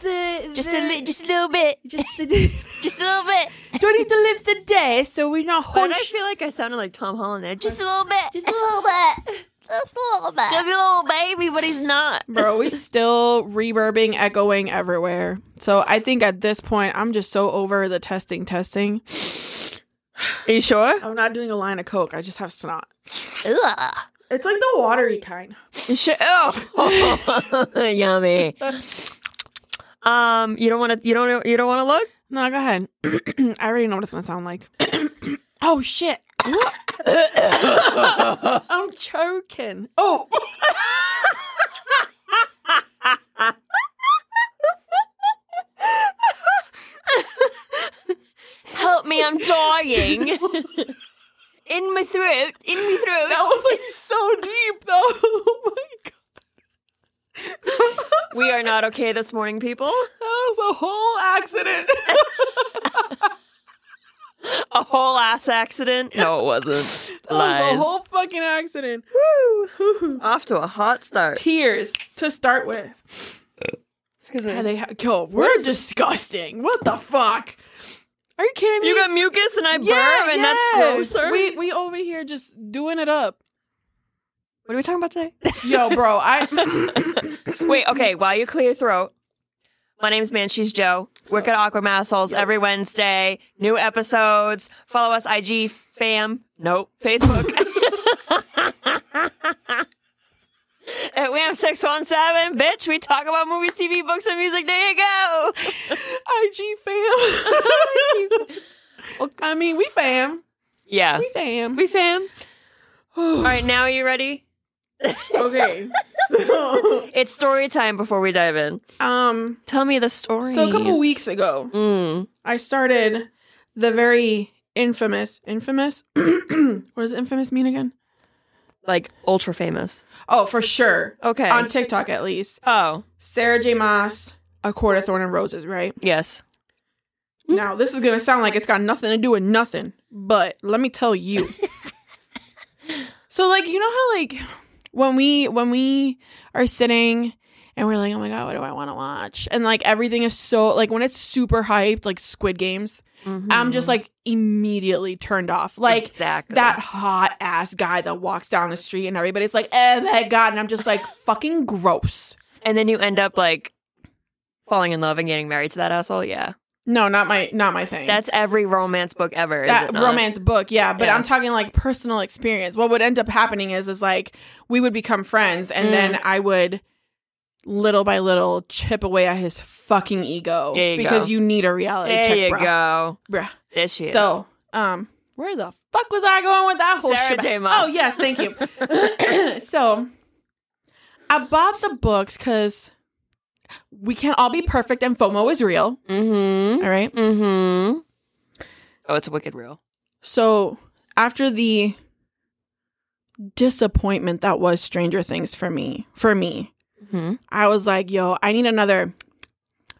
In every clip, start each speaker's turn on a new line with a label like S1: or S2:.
S1: Just a
S2: the-
S1: li- just a little bit.
S2: just the,
S1: Just a little bit.
S2: don't need to live the day, so we're not
S3: Why do I
S2: hunched.
S3: feel like I sounded like Tom Holland there? Just
S1: Just a little bit.
S3: just a little bit. Just a little bit.
S1: Just a little baby, but he's not.
S2: Bro, we still reverbing, echoing everywhere. So I think at this point, I'm just so over the testing, testing.
S3: Are you sure?
S2: I'm not doing a line of coke. I just have snot.
S1: Ugh.
S2: It's like the watery kind. Oh.
S3: Yummy. Um, you don't want to. You don't. You don't want to look.
S2: No, go ahead. I already know what it's gonna sound like. oh shit! I'm choking. Oh,
S1: Help me, I'm dying. in my throat. In my throat.
S2: that was like so deep though. Oh my god,
S3: We are not okay this morning, people.
S2: that was a whole accident.
S3: A whole ass accident. No, it wasn't.
S2: that was
S3: Lies.
S2: a whole fucking accident.
S3: Off to a hot start.
S2: Tears to start with.
S3: Excuse
S2: And they ha- yo, we're disgusting. What the fuck? Are you kidding me?
S3: You got mucus and I burp, and that's
S2: yeah.
S3: grosser.
S2: We we over here just doing it up.
S3: what are we talking about today?
S2: Yo, bro, I
S3: Wait, okay, while you clear your throat, my name's Man, she's Joe. Work at Awkward Massholes every Wednesday. New episodes. Follow us IG fam. Nope. Facebook. at Wham617, bitch, we talk about movies, TV, books, and music. There you go.
S2: IG fam. I mean, we fam.
S3: Yeah.
S2: We fam.
S3: We fam. All right, now are you ready?
S2: okay. So,
S3: It's story time before we dive in.
S2: um,
S3: Tell me the story.
S2: so a couple weeks ago,
S3: Mm.
S2: I started the very infamous, infamous. what does infamous mean again?
S3: Like ultra famous.
S2: Oh, for sure.
S3: Okay.
S2: On TikTok, at least.
S3: oh,
S2: Sarah J. Moss, A Court of Thorn and Roses, right?
S3: yes.
S2: Now, this is going to sound like it's got nothing to do with nothing, but let me tell you. so like, you know how like when we when we are sitting and we're like, "Oh my god, what do I want to watch?" And like everything is so like when it's super hyped like Squid Games, I'm
S3: Hmm.
S2: just like immediately turned off. Like
S3: exactly.
S2: that hot ass guy that walks down the street and everybody's like, "Oh my god." And I'm just like, "Fucking gross."
S3: and then you end up like falling in love and getting married to that asshole. Yeah,
S2: No, not my not my thing.
S3: that's every romance book ever. is
S2: that
S3: it not?
S2: romance book yeah but
S3: Yeah.
S2: i'm talking like personal experience what would end up happening is is like we would become friends and
S3: Mm.
S2: then i would little by little chip away at his fucking ego
S3: There you
S2: because
S3: go.
S2: you need a reality
S3: There
S2: check
S3: you
S2: bruh.
S3: go.
S2: Bruh.
S3: There she is.
S2: so um where the fuck was i going with that whole
S3: Sarah
S2: shit
S3: J. Maas.
S2: oh yes thank you so i bought the books because we can't all be perfect and fomo is real
S3: Mm-hmm.
S2: all right
S3: Mm-hmm. Oh, it's a wicked reel.
S2: So after the disappointment that was Stranger Things for me, for me,
S3: Mm-hmm.
S2: I was like, yo, I need another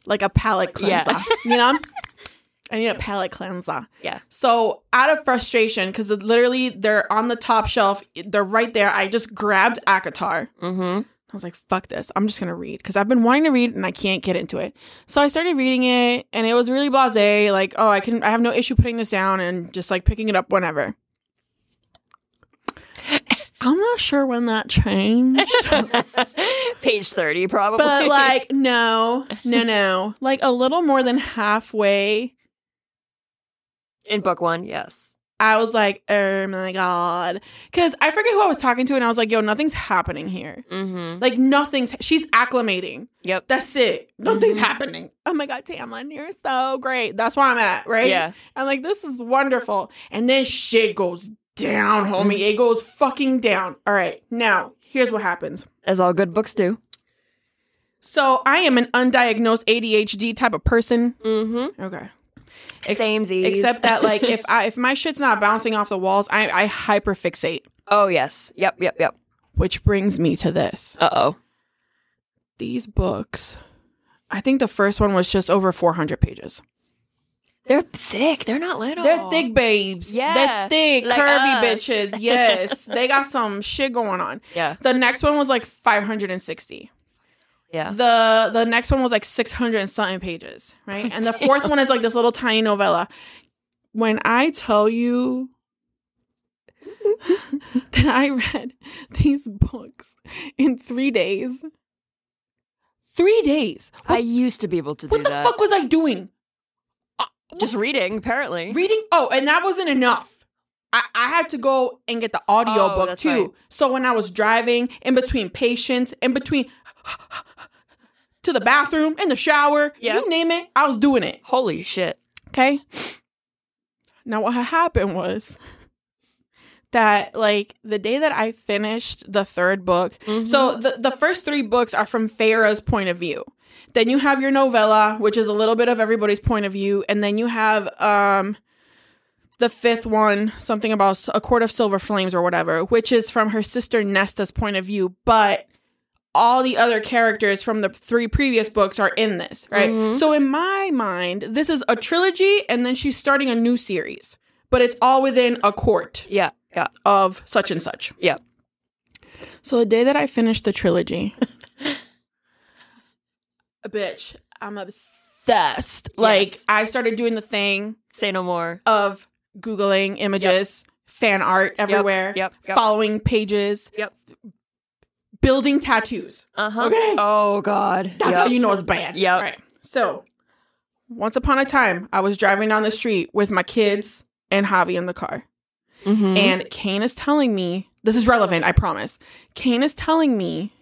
S2: like a palate
S3: Yeah.
S2: cleanser. You know? I need a palate cleanser.
S3: Yeah.
S2: So out of frustration, because literally they're on the top shelf, they're right there. I just grabbed Akatar.
S3: Mm-hmm.
S2: I was like, fuck this. I'm just going to read because I've been wanting to read and I can't get into it. So I started reading it and it was really blase. Like, oh, I can, I have no issue putting this down and just like picking it up whenever. I'm not sure when that changed,
S3: Page thirty, probably.
S2: but like, no, no, no. Like a little more than halfway,
S3: in book one, yes.
S2: I was like, oh my God. Because I forget who I was talking to and I was like, yo, nothing's happening here.
S3: Mm-hmm.
S2: Like, nothing's, she's acclimating.
S3: Yep.
S2: That's it. Nothing's
S3: Mhm.
S2: happening. Oh my God, Tamlin, you're so great. That's where I'm at, right?
S3: Yeah.
S2: I'm like, this is wonderful. And then shit goes down, homie.
S3: Mm-hmm.
S2: It goes fucking down. All right. Now, here's what happens.
S3: As all good books do.
S2: So I am an undiagnosed ADHD type of person.
S3: Mm-hmm.
S2: Okay.
S3: Same
S2: Except that, like, if I if my shit's not bouncing off the walls, I, I hyperfixate.
S3: Oh yes. Yep. Yep. Yep.
S2: Which brings me to this.
S3: Uh oh.
S2: These books. I think the first one was just over 400 pages.
S3: They're thick. They're not little.
S2: They're thick babes.
S3: Yeah,
S2: They're thick,
S3: like
S2: curvy
S3: us.
S2: bitches. Yes. they got some shit going on.
S3: Yeah.
S2: The next one was like 560.
S3: Yeah.
S2: The the next one was like 600 and something pages, right? And the fourth one is like this little tiny novella. When I tell you that I read these books in 3 days. 3 days. What,
S3: I used to be able to do
S2: what the
S3: that.
S2: fuck was I doing?
S3: Just reading, apparently.
S2: Reading? Oh, and that wasn't enough. I, I had to go and get the audio
S3: Oh,
S2: book
S3: that's
S2: too.
S3: right.
S2: So when I was driving, in between patients, in between to the bathroom, in the shower,
S3: Yeah.
S2: you name it, I was doing it.
S3: Holy shit.
S2: Okay. Now what had happened was that like the day that I finished the third book, so the, the first three books are from Farah's point of view. Then you have your novella, which is a little bit of everybody's point of view, and then you have um the fifth one, something about s- a court of silver flames or whatever, which is from her sister Nesta's point of view, but all the other characters from the three previous books are in this, right? So in my mind, this is a trilogy and then she's starting a new series, but it's all within a court
S3: Yeah. Yeah.
S2: of such and such.
S3: Yeah.
S2: So the day that I finished the trilogy, bitch, I'm obsessed. Like
S3: Yes.
S2: I started doing the thing
S3: Say no more.
S2: of googling images, fan art everywhere,
S3: yep, yep.
S2: following pages,
S3: Yep.
S2: building tattoos.
S3: Uh huh.
S2: Okay.
S3: Oh, God.
S2: That's
S3: Yep.
S2: how you know it's bad.
S3: Yep.
S2: Right. So, once upon a time, I was driving down the street with my kids and Javi in the car.
S3: Mhm.
S2: And Kane is telling me, this is relevant, I promise. Kane is telling me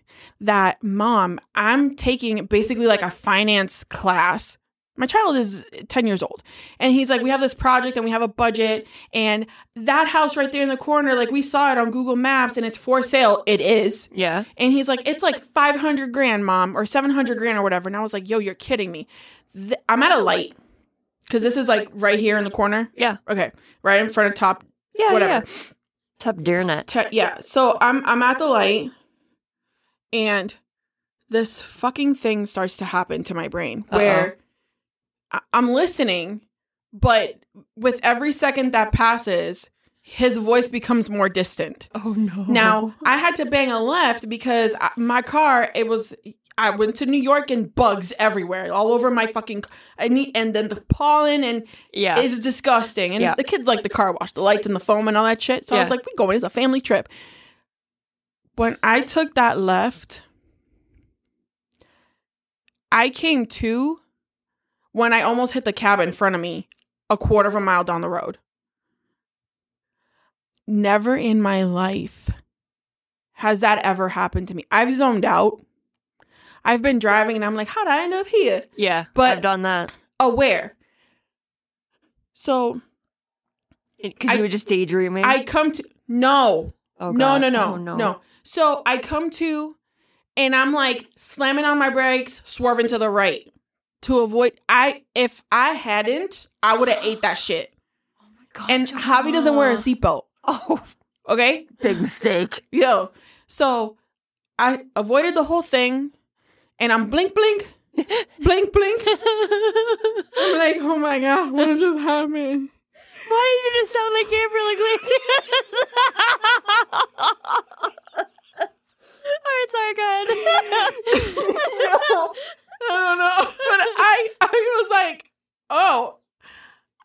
S2: that, Mom, I'm taking basically like a finance class. My child is 10 years old. And he's like, We have this project and we have a budget. And that house right there in the corner, like we saw it on Google Maps and it's for sale. It is.
S3: Yeah.
S2: And he's like, it's like 500 grand, mom, or 700 grand or whatever. And I was like, yo, you're kidding me. Th- I'm at a light because this is like right here in the corner.
S3: Yeah.
S2: Okay. Right in front of top.
S3: Yeah.
S2: Whatever.
S3: Yeah. Top deer net.
S2: Te- yeah. So I'm, I'm at the light and this fucking thing starts to happen to my brain where I- I'm listening, but with every second that passes, his voice becomes more distant.
S3: Oh, no.
S2: Now I had to bang a left because I, my car. It was I went to New York and bugs everywhere, all over my fucking. I need and then the pollen and
S3: Yeah.
S2: it's disgusting. And
S3: Yeah.
S2: the kids like the car wash, the lights and the foam and all that shit. So I was
S3: Yeah.
S2: like, we going. It's a family trip. When I took that left, I came to when I almost hit the cab in front of me, a quarter of a mile down the road. Never in my life has that ever happened to me. I've zoned out. I've been driving and I'm like, how'd I end up here?
S3: yeah.
S2: but-
S3: I've done that.
S2: Aware. So I-
S3: Because you were just daydreaming.
S2: I come to no,
S3: oh,
S2: no,
S3: God.
S2: no, no,
S3: Oh,
S2: no, So I come to, and I'm like slamming on my brakes, swerving to the right to avoid. I if I hadn't, I would have ate that shit.
S3: God,
S2: And
S3: Joanna.
S2: Javi doesn't wear a seatbelt.
S3: Oh,
S2: Okay,
S3: big mistake.
S2: Yo. So I avoided the whole thing and I'm blink blink. blink blink. I'm like, oh my god, what just happened?
S3: Why did you just sound like Gabriel Iglesias? All right, sorry, go ahead.
S2: I don't know. But I I was like, oh,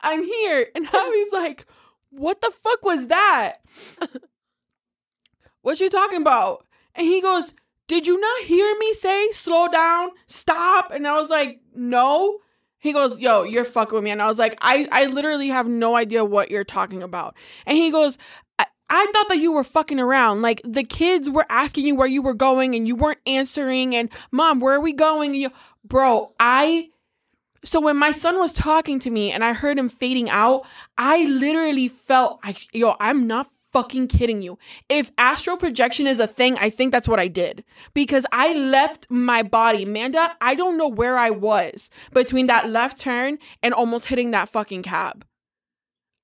S2: I'm here. And Javi's like, what the fuck was that? What you talking about? And he goes, Did you not hear me say slow down, stop? And I was like, No. He goes, Yo, you're fucking with me. And I was like, I, I literally have no idea what you're talking about. And he goes, I, I thought that you were fucking around. Like the kids were asking you where you were going and you weren't answering. And mom, where are we going? And you, bro, I. So when my son was talking to me and I heard him fading out, I literally felt, I, yo, I'm not fucking kidding you. If astral projection is a thing, I think that's what I did because I left my body. Manda, I don't know where I was between that left turn and almost hitting that fucking cab.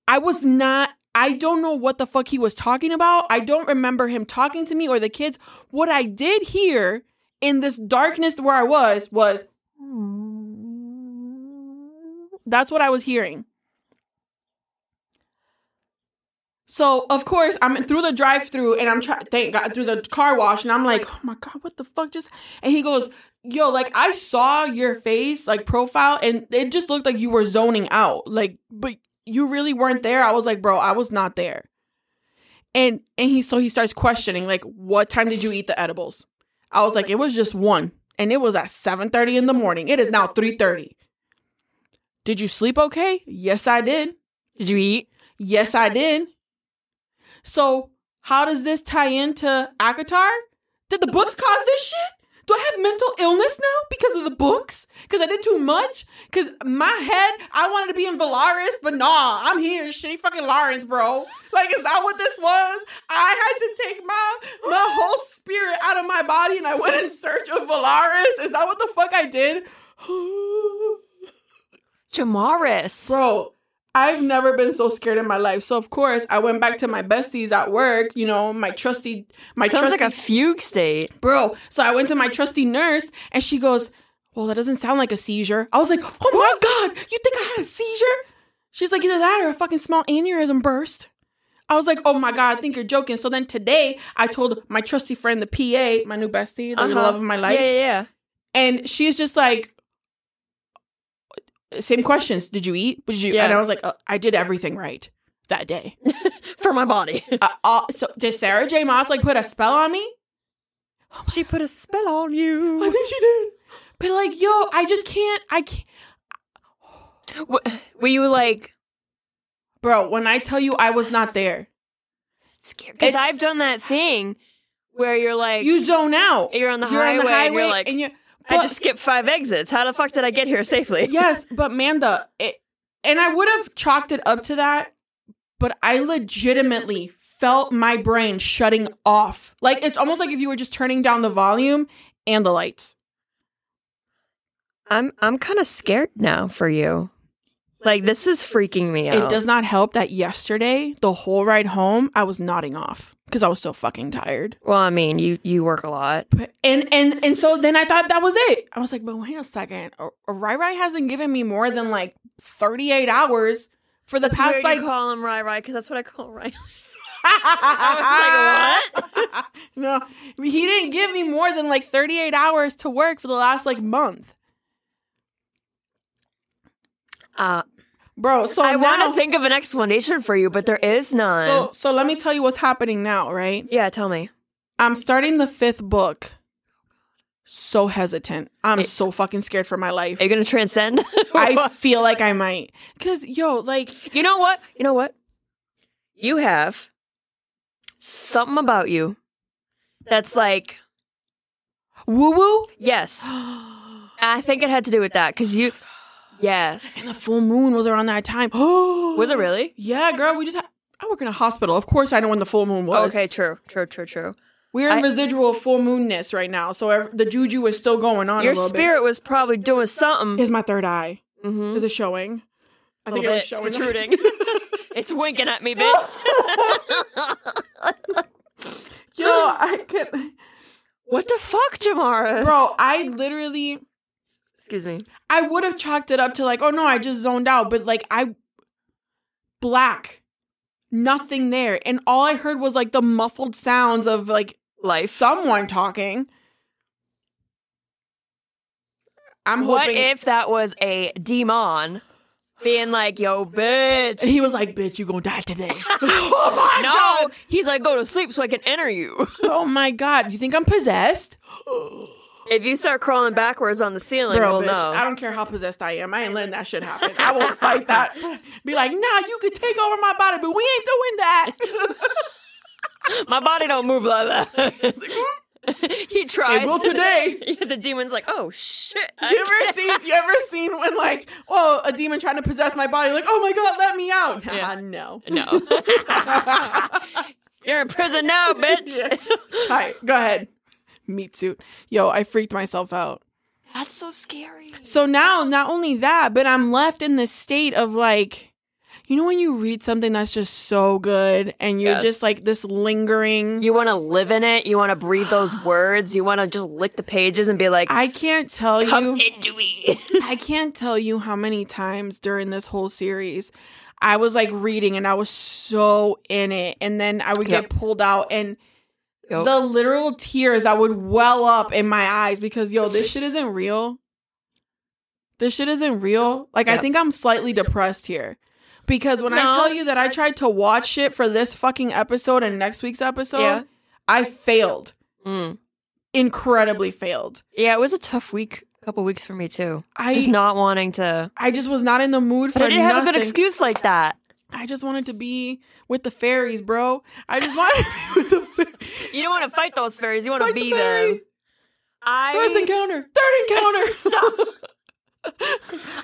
S2: I was not. I don't know what the fuck he was talking about. I don't remember him talking to me or the kids. What I did hear in this darkness where I was was that's what I was hearing. So of course I'm through the drive-through and I'm trying. Thank God through the car wash and I'm like, oh my God, what the fuck just? And he goes, yo, like I saw your face like profile and it just looked like you were zoning out, like, but you really weren't there. I was like, bro, I was not there. And and he so he starts questioning like, what time did you eat the edibles? I was like, it was just one, and it was at seven thirty in the morning. It is now three thirty. Did you sleep okay? Yes, I did.
S3: Did you eat?
S2: Yes, I did. So, how does this tie into Akatar? Did the books cause this shit? Do I have mental illness now because of the books? Because I did too much? Because my head, I wanted to be in Valaris, but nah, I'm here in shitty fucking Lawrence, bro. Like, is that what this was? I had to take my my whole spirit out of my body and I went in search of Valaris. Is that what the fuck I did?
S3: Jamaris.
S2: Bro, I've never been so scared in my life. So of course, I went back to my besties at work. You know, my trusty, my
S3: Sounds
S2: trusty
S3: like a fugue state.
S2: bro. So I went to my trusty nurse, and she goes, "Well, that doesn't sound like a seizure." I was like, "Oh my god, you think I had a seizure?" She's like, "Either that or a fucking small aneurysm burst." I was like, "Oh my god, I think you're joking." So then today, I told my trusty friend, the PA, my new bestie, the
S3: Uh-huh.
S2: love of my life,
S3: Yeah, yeah, yeah.
S2: and she's just like same questions did you eat did you
S3: Yeah.
S2: and i was like uh, i did everything right that day
S3: For my body.
S2: uh, uh, so did sarah j moss like put a spell on me
S3: she put a spell on
S2: i
S3: you.
S2: think she did but like yo i just can't i can't
S3: W- Were you like
S2: bro when i tell you i was not there
S3: scared? Because
S2: It's-
S3: I've done that thing where you're like,
S2: you zone out
S3: You're on the highway and you're like,
S2: and you're
S3: I
S2: but-
S3: just skipped five exits. How the fuck did I get here safely?
S2: yes, but Manda, it, and I would have chalked it up to that, but I legitimately felt my brain shutting off. Like it's almost like if you were just turning down the volume and the lights.
S3: I'm I'm kind of scared now for you. Like this is freaking me out.
S2: It does not help that yesterday, the whole ride home, I was nodding off because I was so fucking tired.
S3: Well, I mean, you you work a lot.
S2: But, and and and so then I thought that was it. I was like, but wait a second, a, a ride ride hasn't given me more than like thirty eight hours for the
S3: It's
S2: past
S3: weird
S2: like
S3: you call him Rai Rai because that's what I call Rai.
S2: I
S3: was like,
S2: what? no, he didn't give me more than like 38 hours to work for the last like month.
S3: Uh,
S2: Bro, so
S3: I want
S2: now,
S3: to think of an explanation for you, but there is none.
S2: so, so let me tell you what's happening now, right?
S3: yeah, tell me.
S2: I'm starting the fifth book. So hesitant. I'm so fucking scared for my life.
S3: Are you gonna transcend?
S2: I feel like I might. Cause yo, like
S3: you know what? You know what? You have something about you that's like
S2: woo woo.
S3: yes.
S2: and
S3: I think it had to do with that because you.
S2: the
S3: Yes.
S2: full moon was around that time. Oh
S3: Was it really?
S2: Yeah, girl. We just ha- I work in a hospital. Of course I know when the full moon was.
S3: Okay. True. True. True. True.
S2: We're in
S3: I-
S2: residual full moonness right now, so ev- the juju is still going on.
S3: Your
S2: a little
S3: spirit was probably doing
S2: bit.
S3: something.
S2: is my third eye.
S3: Mm-hmm.
S2: Is it showing? I think it was
S3: It's
S2: showing.
S3: protruding. it's winking at me, bitch.
S2: Yo, I can,
S3: what the fuck, Jamara?
S2: bro. I literally,
S3: Excuse me.
S2: I would have chalked it up to like, oh no, I just zoned out. But like, I black, nothing there, and all I heard was like the muffled sounds of like
S3: Life.
S2: someone talking. I'm
S3: What
S2: hoping
S3: if that was a demon being like, yo, bitch?
S2: he was like, "Bitch, you gonna die today." oh my
S3: no.
S2: god.
S3: He's like, go to sleep so I can enter you.
S2: Oh my god, you think I'm possessed?
S3: if you start crawling backwards on the ceiling,
S2: Bro,
S3: we'll
S2: bitch,
S3: know.
S2: I don't care how possessed I am. I ain't letting that shit happen. I will fight that. Be like, nah, you could take over my body, but we ain't doing that.
S3: My body don't move like that. he tries.
S2: It will today.
S3: Yeah, the demon's like, oh shit. I
S2: You ever seen you ever seen when like, oh, a demon trying to possess my body, like, oh my god, let me out. Nah,
S3: Yeah.
S2: no.
S3: can't." No. You're in prison now, bitch.
S2: Try it. Go ahead. Meat suit. Yo, I freaked myself out.
S3: That's so scary.
S2: So now, not only that, but I'm left in this state of like, you know, when you read something that's just so good and you're
S3: Yes.
S2: just like this lingering.
S3: You want to live in it. You want to breathe those words. You want to just lick the pages and be like,
S2: I can't tell
S3: come
S2: you.
S3: into me.
S2: I can't tell you how many times during this whole series I was like reading and I was so in it. And then I would
S3: Yep.
S2: get pulled out and
S3: Yep.
S2: the literal tears that would well up in my eyes because yo, this shit isn't real. This shit isn't real. Like I
S3: Yep.
S2: think I'm slightly depressed here. Because when I
S3: No.
S2: tell you that I tried to watch shit for this fucking episode and next week's episode,
S3: Yeah.
S2: I failed.
S3: Mm.
S2: Incredibly failed.
S3: Yeah, it was a tough week, a couple weeks for me too.
S2: I
S3: Just not wanting to.
S2: I just was not in the mood
S3: But
S2: for
S3: I didn't have a good
S2: nothing.
S3: excuse like that.
S2: I just wanted to be with the fairies, bro. I just wanted to be with the fairies.
S3: You don't want to fight those fairies. You want to
S2: Fight the
S3: be
S2: fairies.
S3: them. I
S2: First encounter, third encounter.
S3: Stop.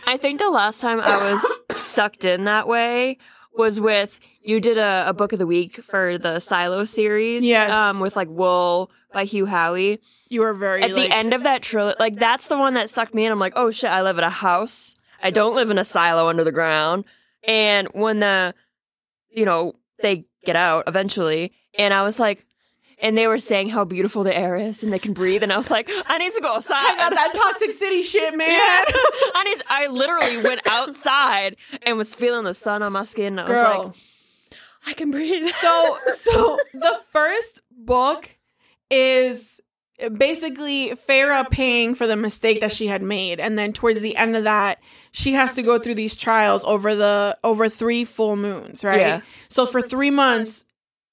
S3: I think the last time I was sucked in that way was with you did a, a book of the week for the Silo series.
S2: Yes.
S3: Um, with like Wool by Hugh Howey.
S2: You were very
S3: At
S2: like,
S3: the end of that trilogy, like that's the one that sucked me in. I'm like, oh shit, I live in a house. I don't live in a silo under the ground. And when the, you know, they get out eventually, and I was like, and they were saying how beautiful the air is and they can breathe, and I was like, I need to go outside.
S2: I got that toxic city shit, man.
S3: I need. I literally went outside and was feeling the sun on my skin. And I was
S2: Girl.
S3: like, I can breathe.
S2: so so the first book is basically Farah paying for the mistake that she had made and then towards the end of that she has to go through these trials over the over 3 full moons, right?
S3: Yeah.
S2: So for 3 months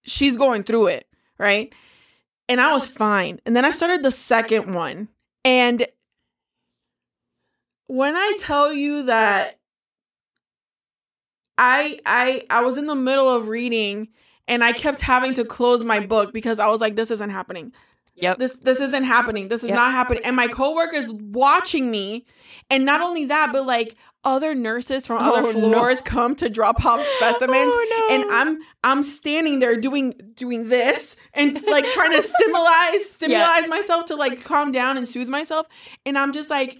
S2: she's going through it, right? And I was fine. And then I started the second one and when I tell you that I I I was in the middle of reading and I kept having to close my book because I was like, this isn't happening.
S3: Yep.
S2: This this isn't happening. This is
S3: Yep.
S2: not happening. And my coworkers watching me, and not only that, but like other nurses from other
S3: Oh, no.
S2: floors come to drop off specimens.
S3: Oh, no.
S2: And I'm I'm standing there doing doing this and like trying to stimulate stimulate myself to like calm down and soothe myself. And I'm just like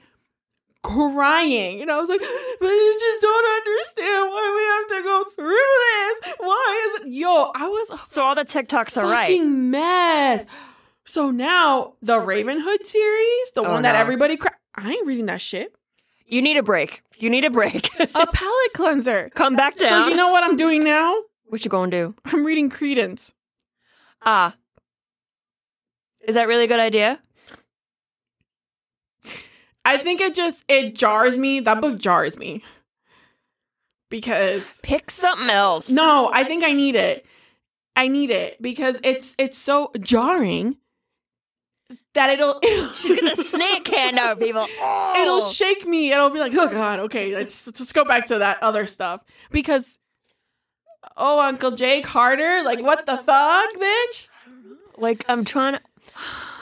S2: crying. And I was like, but I just don't understand why we have to go through this. Why is it yo, I was a
S3: so all the TikToks are right.
S2: fucking mess. So now the Ravenhood series, the one
S3: Oh,
S2: that
S3: no.
S2: everybody cra- I ain't reading that shit.
S3: You need a break. You need a break.
S2: A palate cleanser.
S3: Come back down.
S2: So you know what I'm doing now?
S3: what you gonna do?
S2: I'm reading Credence.
S3: Ah, is that really a good idea?
S2: I think it just it jars me. That book jars me. Because
S3: Pick something else.
S2: No, I think I need it. I need it because it's it's so jarring that it'll
S3: She's gonna snake hand out people. Oh.
S2: it'll shake me. It'll be like, oh god, okay, let's just go back to that other stuff because oh, Uncle Jake Harder, like what the fuck, bitch?
S3: Like I'm trying to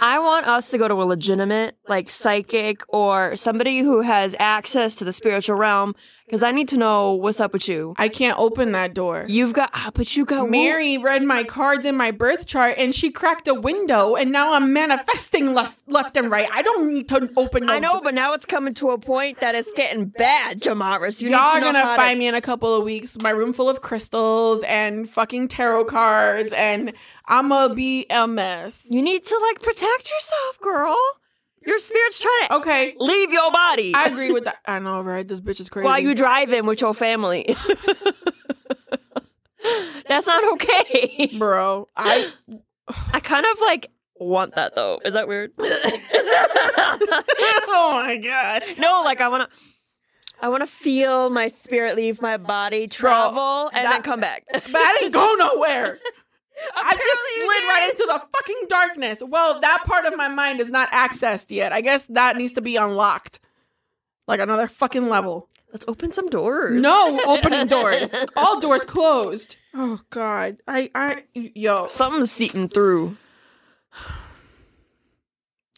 S3: I want us to go to a legitimate like psychic or somebody who has access to the spiritual realm cuz I need to know what's up with you.
S2: I can't open that door.
S3: You've got ah, but you got Mary.
S2: Mary read my cards in my birth chart and she cracked a window and now I'm manifesting left, left and right. I don't need to open no
S3: I know, but now it's coming to a point that it's getting bad, Jamaris. You
S2: Y'all
S3: need to
S2: are
S3: know
S2: gonna
S3: how
S2: find me in a couple of weeks. My room full of crystals and fucking tarot cards, and I'ma be a mess.
S3: to, You need to like protect yourself, girl. Your spirit's trying to
S2: Okay,
S3: leave your body
S2: I agree with that. I know, right? This bitch is crazy.
S3: while you driving with your family. That's not okay.
S2: bro? I
S3: I kind of like want that though. Is that weird?
S2: oh my god,
S3: no, like I want to. I want to feel my spirit leave my body, travel, and then
S2: that-
S3: come back.
S2: but I didn't go nowhere. I just
S3: Apparently you
S2: slid right into the fucking darkness. Well, that part of my mind is not accessed yet. I guess that needs to be unlocked, like another fucking level.
S3: Let's open some doors.
S2: No opening doors. All doors closed. Oh God. I I yo.
S3: something's seeping through.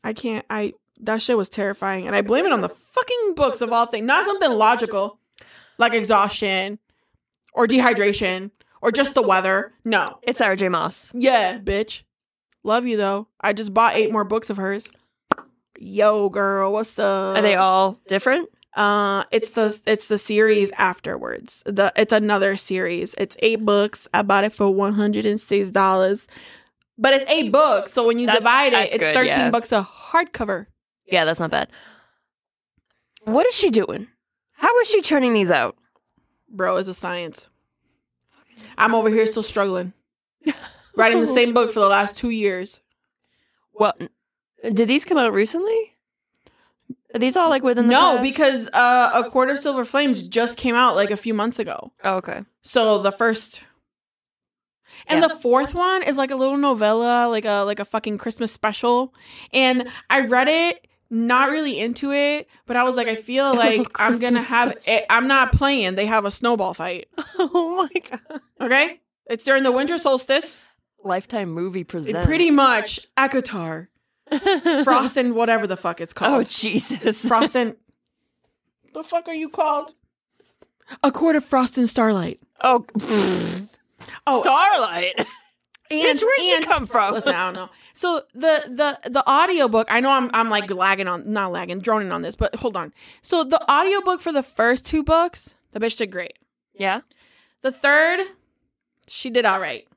S2: I can't. I that shit was terrifying, and I blame it on the fucking books of all things, not something logical, like exhaustion, or dehydration, or just the weather. No.
S3: It's Sarah J. Moss.
S2: Yeah, bitch. Love you though. I just bought eight more books of hers. Yo, girl, what's up?
S3: Are they all different?
S2: Uh, it's the it's the series afterwards. The it's another series. It's eight books. I bought it for one hundred and six dollars, but it's eight books. So when you
S3: That's-
S2: divide it,
S3: that's
S2: it's
S3: good,
S2: thirteen
S3: yeah.
S2: bucks a hardcover.
S3: Yeah, that's not bad. What is she doing? How is she churning these out?
S2: bro, it's a science. I'm over here still struggling. Writing the same book for the last two years.
S3: What? Did these come out recently? Are these all like within the
S2: No,
S3: past-
S2: because uh, A Court of Silver Flames just came out like a few months ago.
S3: Oh, okay.
S2: So the first and
S3: Yeah.
S2: the fourth one is like a little novella, like a like a fucking Christmas special. And I read it, not really into it, but I was like, I feel like I'm gonna
S3: Christmas
S2: have it. I'm not playing. They have a snowball fight.
S3: Oh my god.
S2: Okay, it's during the winter solstice.
S3: Lifetime movie presents.
S2: Pretty much Akatar, Frost and whatever the fuck it's
S3: oh
S2: called.
S3: Jesus.
S2: Frost and the fuck are you called? A court of frost and starlight.
S3: oh.
S2: Oh,
S3: Starlight.
S2: and
S3: Bitch, where'd she
S2: and-
S3: come from?
S2: Listen, I don't know. So the the the audiobook, I know I'm I'm like lagging on not lagging, droning on this, but hold on. So the audiobook for the first two books, the bitch did great.
S3: Yeah.
S2: The third, she did all right.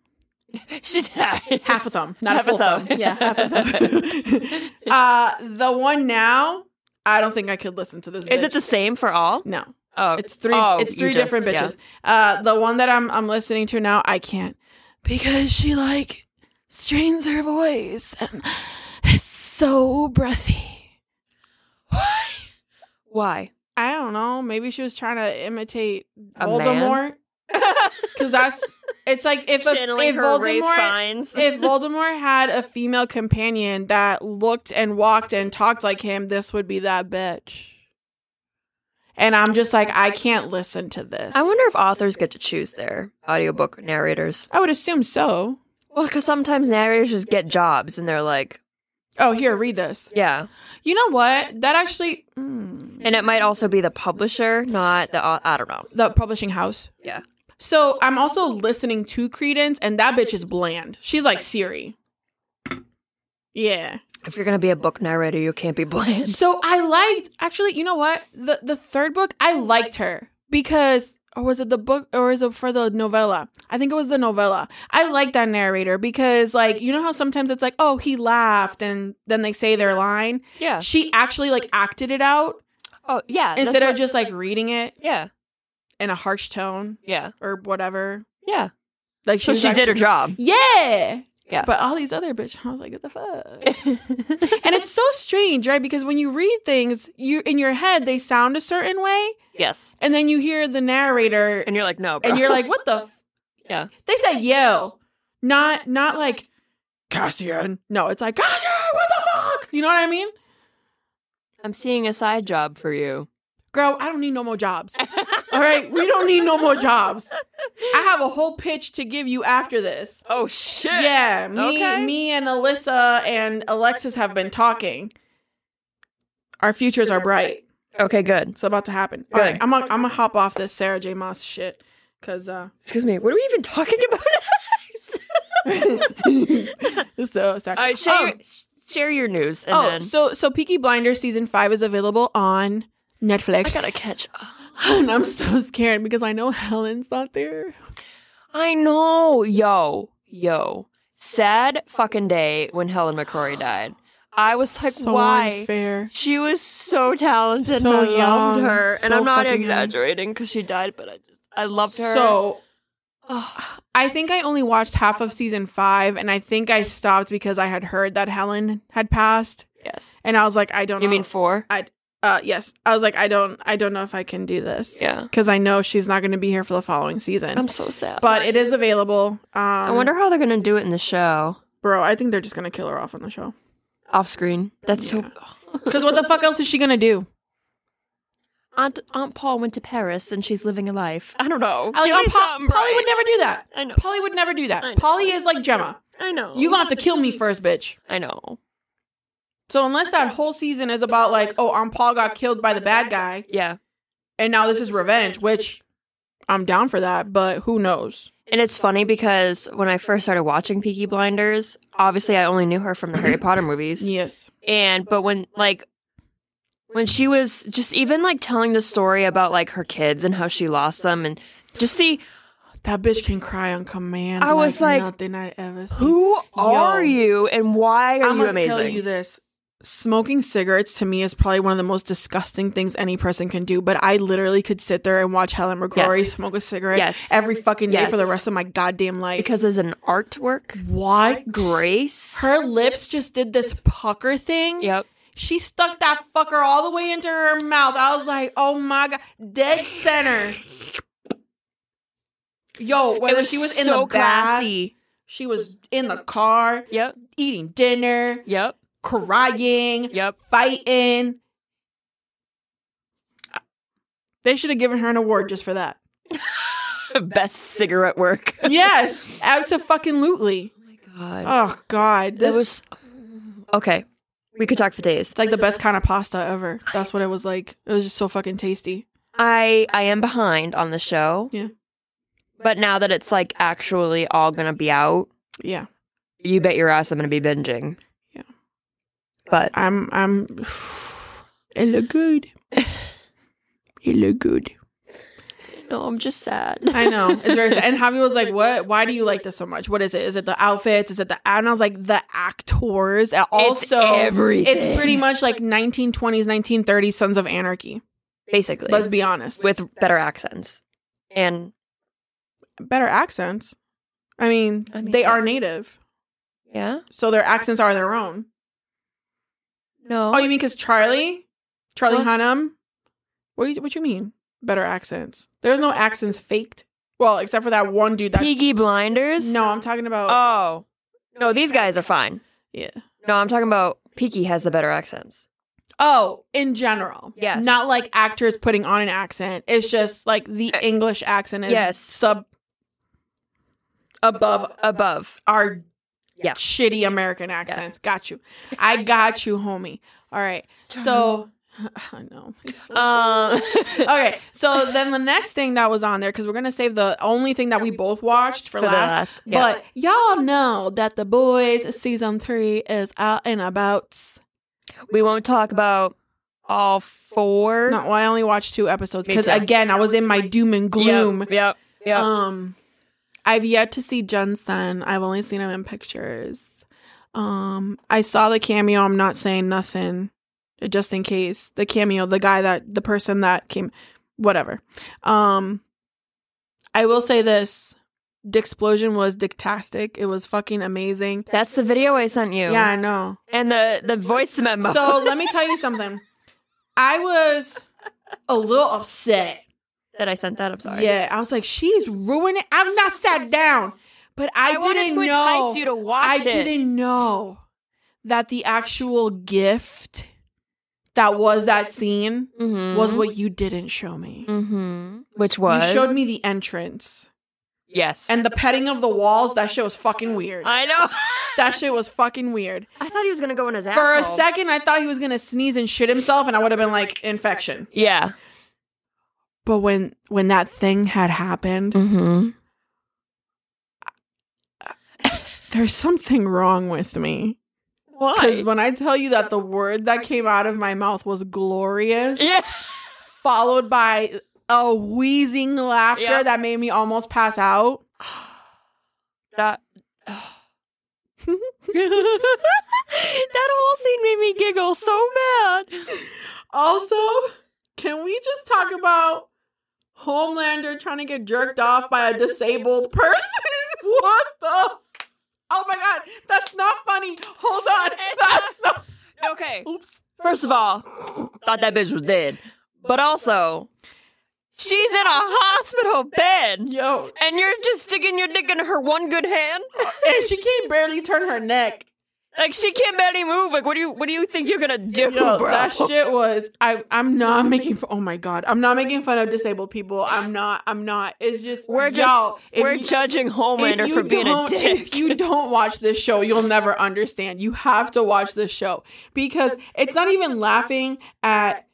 S3: She died.
S2: Half a thumb, not
S3: Half
S2: a
S3: a
S2: full thumb.
S3: thumb.
S2: Yeah, half a thumb. uh the one now, I don't think I could listen to this.
S3: Is it
S2: bitch.
S3: the same for all?
S2: No.
S3: Oh,
S2: It's three.
S3: Oh,
S2: it's
S3: you
S2: three
S3: just-
S2: different bitches. Uh, the one that I'm I'm listening to now, I can't because she like strains her voice and it's so breathy.
S3: Why?
S2: I don't know. Maybe she was trying to imitate
S3: A
S2: Voldemort because that's it's like if a,
S3: Channeling
S2: if
S3: her Ray
S2: Voldemort
S3: Fiennes.
S2: if Voldemort had a female companion that looked and walked and talked like him, this would be that bitch. And I'm just like, I can't listen to this.
S3: I wonder if authors get to choose their audiobook narrators.
S2: I would assume so.
S3: Well, because sometimes narrators just get jobs and they're like,
S2: Oh, here, read this.
S3: yeah.
S2: You know what? That actually, mm,
S3: And it might also be the publisher, not the, au- I don't know.
S2: the publishing house.
S3: Yeah.
S2: So I'm also listening to Credence, and that bitch is bland. She's like Siri. Yeah.
S3: If you're going to be a book narrator, you can't be bland.
S2: So I liked actually. You know what? The the third book, I liked her because. Or was it the book or is it for the novella? I think it was the novella. I like that narrator because like you know how sometimes it's like, oh, he laughed and then they say their line.
S3: Yeah.
S2: She actually like acted it out
S3: Oh, yeah. that's
S2: instead of
S3: what-
S2: just like reading it
S3: yeah.
S2: in a harsh tone
S3: Yeah.
S2: or whatever.
S3: Yeah.
S2: Like
S3: So
S2: was
S3: she did her
S2: actually-
S3: job.
S2: Yeah.
S3: Yeah.
S2: But all these other bitches, I was like, what the fuck? and it's so strange, right? Because when you read things, you in your head they sound a certain way,
S3: yes.
S2: and then you hear the narrator,
S3: And you're like, no, bro.
S2: and you're like, what the? F-?
S3: Yeah.
S2: They said yo, not not like Cassian. No, it's like Cassian. What the fuck? You know what I mean?
S3: I'm seeing a side job for you.
S2: Girl, I don't need no more jobs. All right, we don't need no more jobs. I have a whole pitch to give you after this.
S3: Oh, shit.
S2: Yeah, me,
S3: Okay.
S2: me and Alyssa and Alexis have been talking. Our futures are bright.
S3: Okay, good.
S2: It's about to happen.
S3: Good.
S2: All right, I'm gonna I'm gonna hop off this Sarah J. Moss shit because uh,
S3: Excuse me. What are we even talking about?
S2: so sorry.
S3: All right, share,
S2: Um,
S3: your, share your news. And
S2: oh,
S3: then
S2: so so Peaky Blinders season five is available on Netflix.
S3: gotta catch up.
S2: and I'm so scared because I know Helen's not there.
S3: I know. Yo, yo. Sad fucking day when Helen McCrory died. I was like,
S2: so
S3: why?
S2: unfair.
S3: She was so talented
S2: So
S3: and I loved
S2: young,
S3: her. And
S2: so
S3: I'm not
S2: fucking young.
S3: exaggerating because she died, but I just, I loved her.
S2: So
S3: Ugh.
S2: I think I only watched half of season five, and I think I stopped because I had heard that Helen had passed,
S3: yes.
S2: and I was like, I don't.
S3: You
S2: know.
S3: mean four?
S2: Uh, yes, I was like, I don't, I don't know if I can do this.
S3: Yeah.
S2: because I know she's not going to be here for the following season.
S3: I'm so sad.
S2: but it is available. Um,
S3: I wonder how they're gonna do it in the show.
S2: bro. I think they're just going to kill her off on the show.
S3: Off screen. That's
S2: Yeah.
S3: so.
S2: Because what the fuck else is she going to do?
S3: Aunt Aunt Paul went to Paris and she's living a life. I don't know.
S2: I like,
S3: Give me
S2: oh, Polly
S3: something bright.
S2: would never do that.
S3: I know.
S2: Polly would never do
S3: I
S2: that.
S3: know.
S2: Polly is like Gemma.
S3: I
S1: oh,
S3: know.
S2: You gonna have to kill me first, bitch.
S3: I know.
S2: So unless that whole season is about like, oh, um, Paul got killed by the bad guy,
S3: Yeah.
S2: and now this is revenge, which I'm down for that, but who knows?
S3: And it's funny because when I first started watching Peaky Blinders, obviously I only knew her from the Harry Potter movies.
S2: Yes.
S3: And but when like when she was just even like telling the story about like her kids and how she lost them and just see
S2: That bitch can cry on command.
S3: I was like,
S2: nothing I ever seen.
S3: who are you and why are you
S2: I'm gonna
S3: amazing?
S2: tell you this. smoking cigarettes to me is probably one of the most disgusting things any person can do. But I literally could sit there and watch Helen McCrory
S3: Yes.
S2: smoke a cigarette
S3: Yes.
S2: every fucking day for the
S3: Yes.
S2: rest of my goddamn life.
S3: because as an artwork,
S2: what?
S3: Grace.
S2: Her lips just did this pucker thing.
S3: yep.
S2: She stuck that fucker all the way into her mouth. I was like, oh my god, dead center. Yo, whether she was in the bath, she was in the car,
S3: Yep.
S2: eating dinner,
S3: Yep.
S2: crying,
S3: Yep.
S2: fighting. They should have given her an award just for that.
S3: Best cigarette work.
S2: Yes, absolutely.
S3: Oh my god.
S2: Oh god,
S3: That
S2: this
S3: was okay. We could talk for days.
S2: it's like the best kind of pasta ever. That's what it was like. It was just so fucking tasty.
S3: I I am behind on the show.
S2: Yeah.
S3: But now that it's like actually all gonna be out,
S2: Yeah.
S3: you bet your ass I'm gonna be binging.
S2: Yeah.
S3: But
S2: I'm I'm it look good. It look good.
S3: no, I'm just sad.
S2: I know. It's very sad. And Javi was like, What? Why do you like this so much? What is it? Is it the outfits? Is it the and I was like, the actors Uh, also
S3: everything.
S2: it's pretty much like nineteen twenties, nineteen thirties Sons of Anarchy.
S3: basically
S2: Let's be honest.
S3: with better accents. And
S2: better accents. I mean,
S3: I mean,
S2: they
S3: yeah.
S2: are native.
S3: yeah.
S2: So their accents are their own.
S3: No.
S2: Oh, you mean because Charlie? Charlie
S3: Huh?
S2: Hunnam? What you, what you mean? Better accents. There's no accents faked. Well, except for that one dude that.
S3: Peaky blinders?
S2: No, I'm talking about.
S3: Oh. No, these guys are fine.
S2: yeah.
S3: No, I'm talking about Peaky has the better accents.
S2: Oh, in general.
S3: Yes.
S2: Not like actors putting on an accent. It's just like the English accent is
S3: Eh. Yes.
S2: sub above
S3: Above.
S2: our
S3: Yeah.
S2: shitty American accents. Got you. I got you, homie. All right. So I know.
S3: Um
S2: okay, so then the next thing that was on there, because we're gonna save the only thing that we both watched for,
S3: the
S2: last.
S3: last, yeah.
S2: But y'all know that the boys season three is out and about.
S3: we won't talk about all four.
S2: No, well, I only watched two episodes
S3: Me
S2: because
S3: too.
S2: again, I was in my doom and gloom.
S3: Yep. Yep. yep.
S2: Um, I've yet to see Jensen. I've only seen him in pictures. Um, I saw the cameo. I'm not saying nothing, uh, just in case the cameo, the guy that the person that came, whatever. Um, I will say this: Dixplosion was dictastic. It was fucking amazing.
S3: That's the video I sent you.
S2: Yeah, I know.
S3: And the the voice memo.
S2: So let me tell you something. I was a little upset
S3: that I sent that. I'm sorry.
S2: Yeah, I was like, she's ruining. it. I'm not sat down, but I,
S3: I, wanted
S2: didn't
S3: to
S2: know.
S3: entice you to watch
S2: I
S3: it.
S2: didn't know that the actual gift that was that scene
S3: Mhm.
S2: was what you didn't show me.
S3: Mhm. Which was
S2: You showed me the entrance
S3: yes.
S2: and the petting of the walls. That shit was fucking weird.
S3: I know.
S2: That shit was fucking weird.
S3: I thought he was gonna go in his
S2: For a
S3: asshole.
S2: second, I thought he was gonna sneeze and shit himself, and I would have been like, infection.
S3: Yeah.
S2: But when when that thing had happened,
S3: Mm-hmm.
S2: there's something wrong with me.
S3: Why?
S2: Because when I tell you that the word that came out of my mouth was glorious,
S3: Yeah.
S2: followed by a wheezing laughter
S3: Yeah.
S2: that made me almost pass out.
S3: that that whole scene made me giggle so bad.
S2: Also, can we just talk about Homelander trying to get jerked off by a disabled person? what the? Oh my god, that's not funny. Hold on,
S3: It's
S2: that's not.
S3: Okay.
S2: Oops.
S3: First of all, thought that bitch was dead. But also, she's in a hospital bed.
S2: Yo,
S3: And you're just sticking your dick in her one good hand?
S2: and she can barely turn her neck.
S3: Like she can barely move. Like what do you what do you think you're gonna do,
S2: Yo,
S3: bro?
S2: that shit was. I I'm not making. Fun, oh my god, I'm not making fun of disabled people. I'm not. I'm not. It's just
S3: we're just
S2: y'all, if
S3: we're
S2: you-
S3: judging
S2: if
S3: Homelander
S2: you
S3: for being a
S2: don't-
S3: dick.
S2: If you don't watch this show, you'll never understand. You have to watch this show because it's not even laughing at.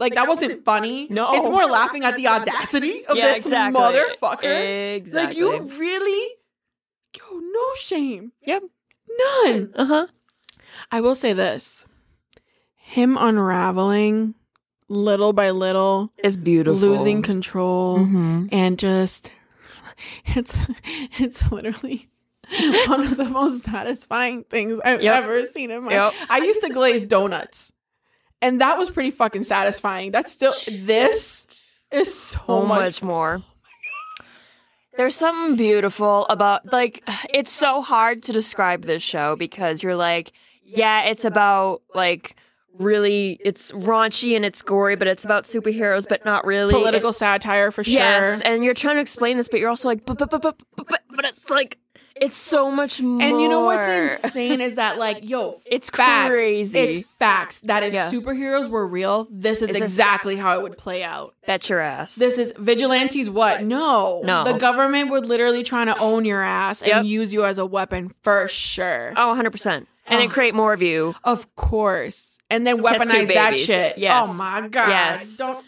S2: Like that wasn't funny.
S3: No.
S2: it's more laughing at the audacity of
S3: yeah,
S2: this
S3: exactly.
S2: motherfucker. Like
S3: Exactly.
S2: you really, yo, no shame.
S3: Yep.
S2: none.
S3: Uh huh.
S2: I will say this him unraveling little by little,
S3: It's beautiful.
S2: losing control,
S3: Mm-hmm.
S2: and just it's it's literally one of the most satisfying things I've
S3: Yep.
S2: ever seen in my
S3: Yep.
S2: I used to glaze donuts. And that was pretty fucking satisfying. That's still this is so
S3: so
S2: much,
S3: much more. oh There's something beautiful about like it's so hard to describe this show because you're like, yeah, it's about like really it's raunchy and it's gory, but it's about superheroes, but not really
S2: political satire for sure.
S3: Yes, and you're trying to explain this, but you're also like, but but but but but, but but it's like it's so much more.
S2: And you know what's insane is that like, yo,
S3: It's
S2: facts.
S3: crazy.
S2: It's facts that if
S3: Yeah.
S2: superheroes were real, this is
S3: This is-
S2: exactly how it would play out.
S3: Bet your ass.
S2: This is vigilantes. What? No,
S3: No.
S2: The government would literally trying to own your ass and
S3: Yep.
S2: use you as a weapon for sure.
S3: oh, 100 percent, and then create more of you.
S2: Of course. And then
S3: Test tube
S2: weaponize that
S3: babies.
S2: shit.
S3: Yes.
S2: Oh my god.
S3: Yes.
S2: Don't.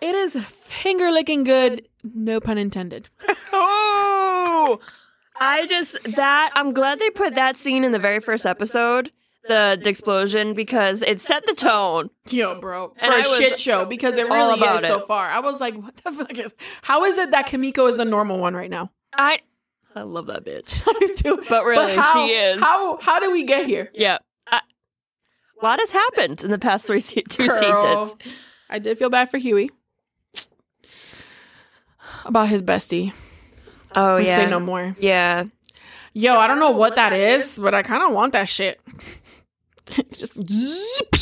S2: It is finger licking good. No pun intended.
S3: Oh, I just that I'm glad they put that scene in the very first episode, the explosion, because it set the tone.
S2: Yo, bro, for
S3: And I
S2: a
S3: was
S2: shit show because it
S3: all
S2: really
S3: about
S2: is so
S3: it.
S2: far. I was like, what the fuck is? How is it that Kamiko is the normal one right now?
S3: I I love that bitch.
S2: I do.
S3: But really,
S2: how-
S3: she is.
S2: How how do we get here?
S3: Yeah, I, a lot has happened in the past three se- two
S2: Girl.
S3: seasons.
S2: I did feel bad for Huey about his bestie.
S3: Oh
S2: We say
S3: yeah,
S2: no more.
S3: yeah.
S2: Yo, I don't know what that is, but I kind of want that shit. Just zip.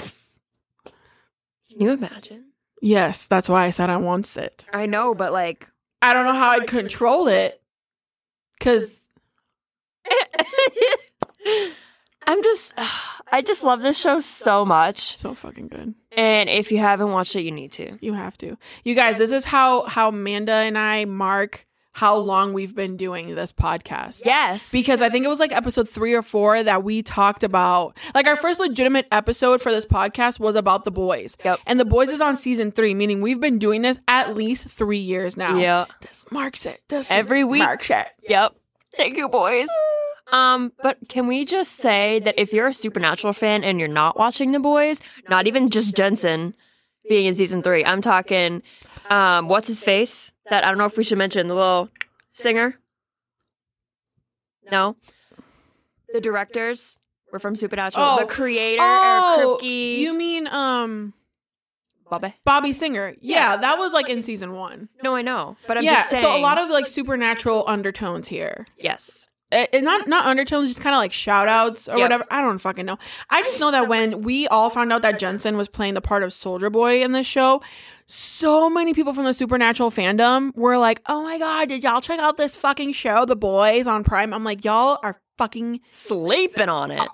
S3: Can you imagine?
S2: yes, that's why I said I wants it.
S3: I know, but like,
S2: I don't know how I'd control it, cause
S3: I'm just, I just love this show so much.
S2: so fucking good.
S3: And if you haven't watched it, you need to.
S2: You have to. You guys, this is how how Amanda and I mark how long we've been doing this podcast.
S3: Yes,
S2: Because I think it was like episode three or four that we talked about. Like our first legitimate episode for this podcast was about the boys.
S3: Yep.
S2: And the boys is on season three, meaning we've been doing this at least three years now.
S3: yeah.
S2: This marks it. This
S3: Every week.
S2: marks it.
S3: Yep. Thank you, boys. Um, but can we just say that if you're a Supernatural fan and you're not watching The Boys, not even just Jensen being in season three, I'm talking, um, what's his face? That I don't know if we should mention the little singer. No, the directors were from Supernatural.
S2: Oh.
S3: The creator
S2: Oh,
S3: Eric Kripke,
S2: you mean um
S3: Bobby.
S2: Bobby Singer? Yeah, that was like in season one.
S3: No, I know, but I'm
S2: yeah,
S3: just saying.
S2: so a lot of like supernatural undertones here.
S3: yes,
S2: uh, and not not undertones, just kind of like shout outs or
S3: Yep.
S2: whatever. I don't fucking know. I just know that when we all found out that Jensen was playing the part of Soldier Boy in this show, so many people from the Supernatural fandom were like, "Oh my god, did y'all check out this fucking show, The Boys on Prime?" I'm like, "Y'all are fucking.
S3: sleeping on it.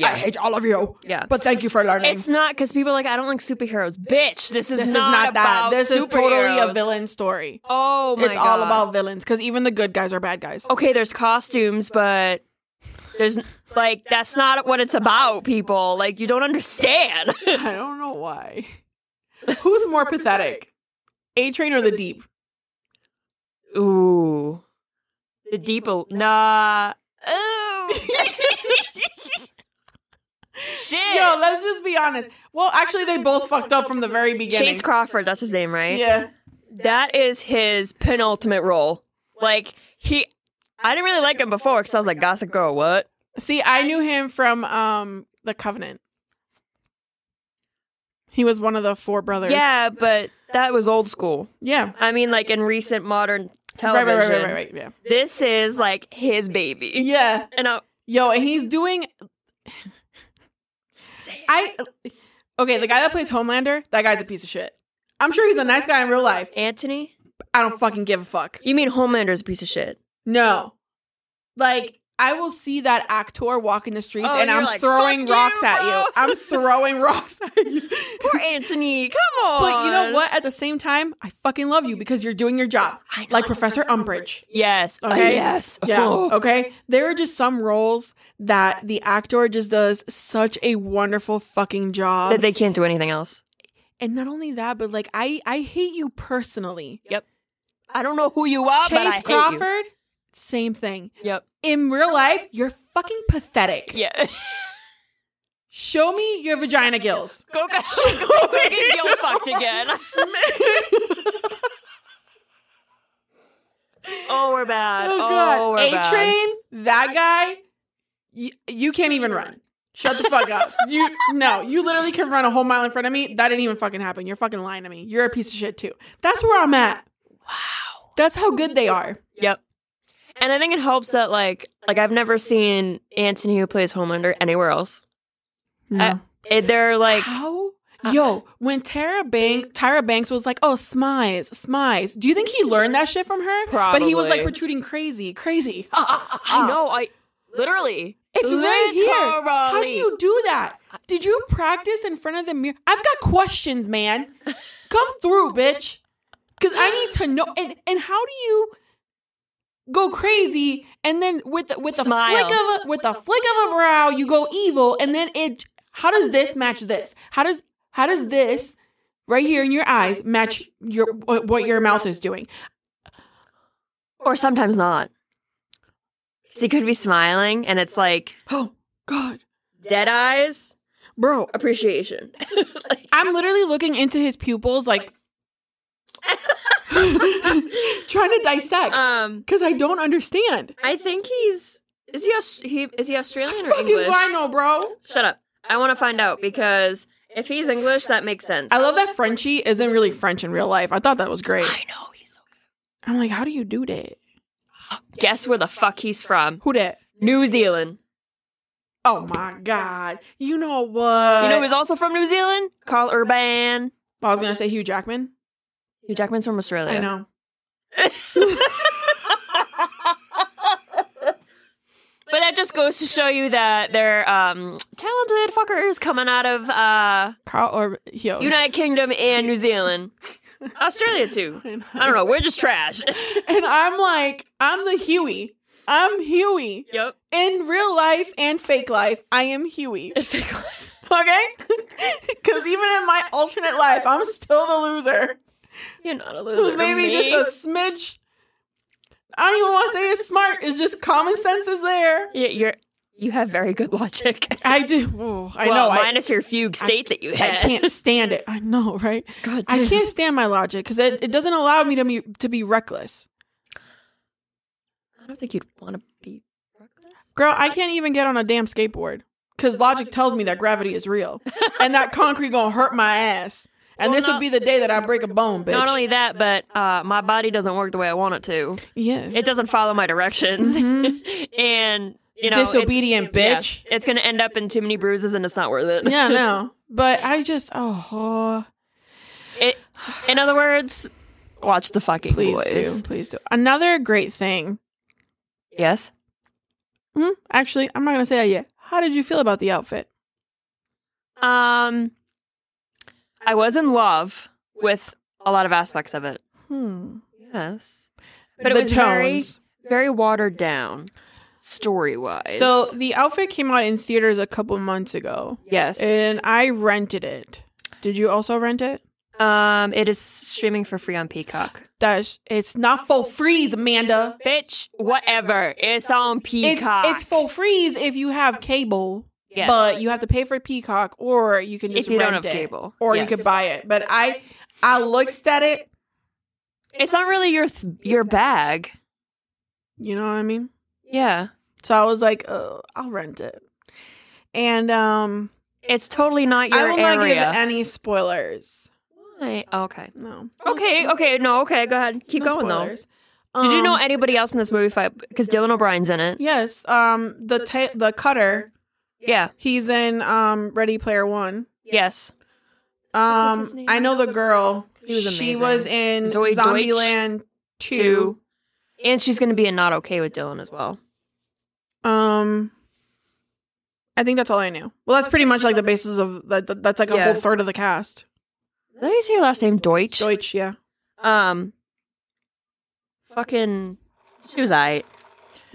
S2: I hate all of you,
S3: Yeah.
S2: but thank you for learning."
S3: It's not because people are like, I don't like superheroes. Bitch, this is
S2: this is
S3: not,
S2: not that.
S3: about
S2: This is totally a
S3: superheroes.
S2: villain story.
S3: Oh my
S2: it's all
S3: God.
S2: about villains because even the good guys are bad guys.
S3: Okay, there's costumes, but there's like that's not what it's about, people. Like you don't understand.
S2: I don't know why. Who's more pathetic, A Train or The Deep?
S3: Ooh, the deep. al- Nah.
S1: Oh.
S3: Ooh. Shit.
S2: Yo, let's just be honest. Well, actually, they both fucked up from the very beginning.
S3: Chase Crawford, that's his name, right?
S2: Yeah.
S3: That is his penultimate role. Like he, I didn't really like him before because I was like, Gossip Girl, what?
S2: See, I knew him from um the Covenant. He was one of the four brothers.
S3: Yeah, but that was old school.
S2: Yeah.
S3: I mean, like in recent modern
S2: Right,
S3: television,
S2: right, right, right, right, right. Yeah.
S3: this is like his baby.
S2: Yeah.
S3: And I,
S2: Yo, and he's doing I Okay, the guy that plays Homelander, that guy's a piece of shit. I'm sure he's a nice guy in real life.
S3: Anthony,
S2: I don't fucking give a fuck.
S3: you mean Homelander's a piece of shit?
S2: No. Like, I will see that actor walking the streets
S3: Oh,
S2: and
S3: you're
S2: I'm
S3: like,
S2: throwing
S3: "Fuck you,
S2: rocks at
S3: bro."
S2: you. I'm throwing rocks at you.
S3: Poor Anthony, come on.
S2: But you know what? At the same time, I fucking love you because you're doing your job. Like Professor Umbridge.
S3: Yes. Uh,
S2: Okay.
S3: yes.
S2: Yeah.
S3: Oh.
S2: Okay. There are just some roles that the actor just does such a wonderful fucking
S3: That
S2: job.
S3: they can't do anything else.
S2: And not only that, but like I I hate you personally.
S3: I don't know who you are, but I
S2: Chase
S3: hate
S2: Crawford, same thing.
S3: you. Yep.
S2: In real life, you're fucking pathetic.
S3: Yeah.
S2: Show me your vagina gills. Oh
S3: Go get go get Gil fucked again. Oh, we're bad.
S2: Oh god,
S3: we're
S2: A
S3: bad.
S2: Train, that guy, you, you can't even run. Shut the fuck up. You no, you literally could run a whole mile in front of me. That didn't even fucking happen. You're fucking lying to me. You're a piece of shit too. That's where I'm at. Wow. That's how good they are.
S3: Yep. And I think it helps that like like I've never seen Anthony who plays Homelander anywhere else.
S2: No.
S3: It, they're like uh,
S2: how? Yo, when Tara Banks, Tyra Banks was like, "Oh, Smize, Smize." Do you think he learned that shit from her? But he was like
S3: Probably.
S2: protruding crazy, crazy. Oh,
S3: I know I literally
S2: It's right here. How do
S3: Literally.
S2: you do that? Did you practice in front of the mirror? I've got questions, man. Come through, bitch. Cause I need to know. And and how do you go crazy and then with the, with the
S3: Smile.
S2: flick of a, with the flick of a brow you go evil and then it how does this match this? How does how does this right here in your eyes match your what what your mouth is doing?
S3: or sometimes not. 'Cause he could be smiling and it's like
S2: Oh God,
S3: dead eyes
S2: bro.
S3: appreciation. like,
S2: I'm literally looking into his pupils, like trying to dissect
S3: um
S2: because I don't understand.
S3: I think he's is he Aus- he is he Australian or
S2: Fucking
S3: English?
S2: vinyl, bro.
S3: Shut up. I want to find out because if he's English that makes sense.
S2: I love that Frenchie isn't really French in real life. I thought that was great.
S3: I know he's so
S2: I'm like, how do you do that?
S3: good. Guess where the fuck he's from?
S2: Who that?
S3: New Zealand.
S2: Oh my god! You know what?
S3: You know who's also from New Zealand? Carl Urban.
S2: I was gonna say Hugh Jackman.
S3: Hugh Jackman's from Australia.
S2: I know.
S3: But that just goes to show you that they're um, talented fuckers coming out of uh,
S2: Carl or Hugh.
S3: United Kingdom and New Zealand. Australia, too. I don't know. We're just trash.
S2: And I'm like, I'm the Huey. I'm Huey
S3: yep.
S2: in real life and fake life. I am Huey. Okay? Because even in my alternate life, I'm still the loser.
S3: You're not a
S2: Who's
S3: loser.
S2: maybe
S3: mate.
S2: just a smidge. I don't even want to say it's smart. It's just common sense is there.
S3: Yeah, you're, you have very good logic.
S2: I do. oh, I
S3: well,
S2: know. I,
S3: minus your fugue state that you
S2: I
S3: had.
S2: can't stand it. I know, right?
S3: God damn.
S2: I can't stand my logic because it, it doesn't allow me to be, to be reckless.
S3: I don't think you'd want to be reckless.
S2: Girl, I can't even get on a damn skateboard because logic tells me that gravity is real and that concrete gonna hurt my ass. And
S3: Well,
S2: this
S3: not-
S2: would be the day that I break a bone, bitch.
S3: Not only that, but uh, my body doesn't work the way I want it to.
S2: yeah,
S3: It doesn't follow my directions,
S2: Mhm.
S3: and you know, it's-
S2: disobedient
S3: yeah,
S2: bitch.
S3: it's gonna end up in too many bruises, and it's not worth it.
S2: yeah, no. But I just, oh, oh.
S3: It, in other words, watch the fucking
S2: please
S3: boys.
S2: do, please do. Another great thing.
S3: Yes.
S2: Hmm, actually, I'm not gonna say that yet. How did you feel about the outfit?
S3: Um, I was in love with a lot of aspects of it.
S2: Hmm.
S3: Yes, but
S2: the
S3: it was
S2: tones.
S3: very, very watered down, story wise.
S2: so the outfit came out in theaters a couple months ago,
S3: yes,
S2: and I rented it. Did you also rent it?
S3: um, it is streaming for free on Peacock.
S2: That's it's not full freeze, Amanda.
S3: Bitch, whatever. It's on
S2: It's
S3: Peacock.
S2: it's full freeze if you have cable.
S3: Yes.
S2: But you have to pay for Peacock, or you can
S3: If
S2: just
S3: you don't
S2: rent
S3: have
S2: it,
S3: cable.
S2: or
S3: Yes.
S2: you could buy it. But I, I looked at it.
S3: It's not really your th- your bag.
S2: You know what I mean?
S3: Yeah.
S2: So I was like, oh, I'll rent it. And um,
S3: It's totally not your
S2: I will not give
S3: area.
S2: any spoilers.
S3: Why? Okay.
S2: No.
S3: Okay. Okay. No. Okay. Go ahead. Keep
S2: No
S3: going
S2: spoilers.
S3: though. Did you know
S2: Um,
S3: anybody else in this movie fight? Because Dylan O'Brien's in it.
S2: Yes. Um, the ta- the cutter.
S3: Yeah.
S2: He's in um Ready Player One.
S3: Yes.
S2: Um,
S3: his name?
S2: I know the girl.
S3: He was
S2: she
S3: amazing.
S2: was in
S3: Zoe Deutsch.
S2: Zombieland Two.
S3: And she's going to be in Not Okay with Dylan as well.
S2: Um, I think that's all I knew. Well, that's pretty much like the basis of that. that- That's like a
S3: Yeah.
S2: whole third of the cast.
S3: Did I say your last name? Deutsch.
S2: Deutsch, yeah.
S3: Um. Fucking. She was I.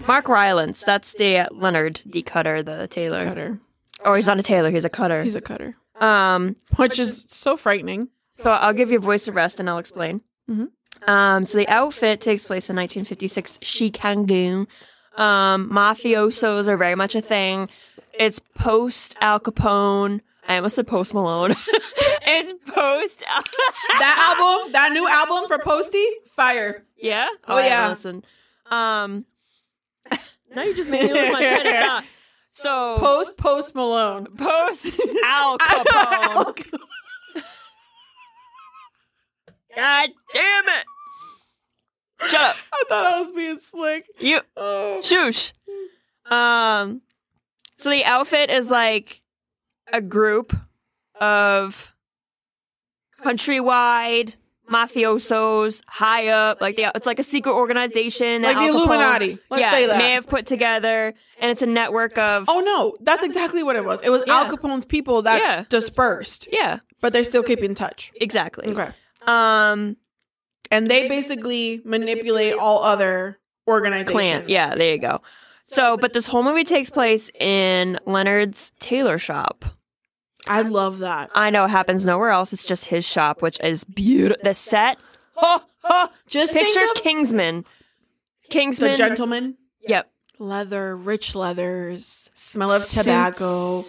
S3: Mark Rylance. That's the Leonard, the cutter, the tailor.
S2: Cutter.
S3: Or he's not a tailor. He's a cutter.
S2: He's a cutter,
S3: um.
S2: which is so frightening.
S3: So I'll give your voice a rest and I'll explain.
S2: Mhm.
S3: Um, so the outfit takes place in 1956 Chicago. Um, mafiosos are very much a thing. It's post Al Capone. I almost said post Malone. it's post.
S2: that album, that new album for Posty, Fire.
S3: Yeah.
S2: Oh,
S3: I haven't
S2: yeah.
S3: Listened. Um. now you just made me lose my train of thought. So
S2: Post Post Malone.
S3: post Al Capone. God damn it! Shut up.
S2: I thought I was being slick.
S3: You
S2: Oh.
S3: Shoosh. Um, so the outfit is like a group of countrywide mafiosos high up. Like they, it's like a secret organization, that
S2: Like the
S3: Al Capone-
S2: Illuminati. Let's
S3: yeah,
S2: say that.
S3: may have put together, and it's a network of
S2: Oh no, that's exactly what it was. It was Al
S3: Yeah.
S2: Capone's people that's
S3: Yeah.
S2: dispersed,
S3: yeah,
S2: but they still keep in touch.
S3: exactly.
S2: Okay.
S3: Um,
S2: And they basically manipulate all other organizations.
S3: clan. Yeah, there you go. So, but this whole movie takes place in Leonard's tailor shop.
S2: I love that.
S3: I know it happens nowhere else. It's just his shop, which is beautiful. The set, ho, ho,
S2: Just
S3: picture
S2: think of
S3: Kingsman. Kingsman.
S2: the gentleman.
S3: Yep.
S2: Leather, rich leathers, smell of
S3: Suits.
S2: tobacco,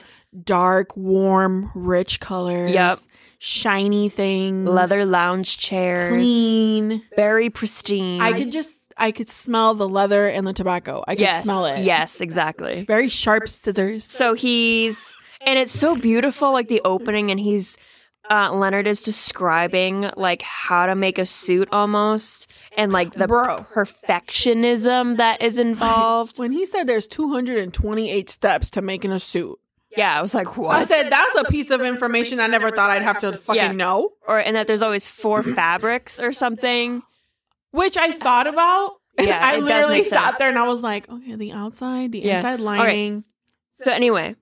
S2: dark, warm, rich colors.
S3: Yep.
S2: Shiny things.
S3: Leather lounge chairs.
S2: clean.
S3: Very pristine.
S2: I could just I could smell the leather and the tobacco. I could
S3: yes,
S2: smell it.
S3: Yes, exactly.
S2: Very sharp scissors.
S3: So he's, and it's so beautiful, like the opening, and he's, uh, Leonard is describing like how to make a suit almost, and like the
S2: Bro.
S3: perfectionism that is involved.
S2: When he said there's 228 steps to making a suit,
S3: Yeah, I was like, what?
S2: I said that's a piece of information I never thought I'd have to fucking
S3: Yeah.
S2: know.
S3: or and that there's always four fabrics or something.
S2: Which I thought about. And
S3: Yeah, it
S2: I
S3: does
S2: literally
S3: make
S2: sat
S3: sense.
S2: there and I was like, okay, the outside, the
S3: Yeah.
S2: inside
S3: right.
S2: lining.
S3: So anyway,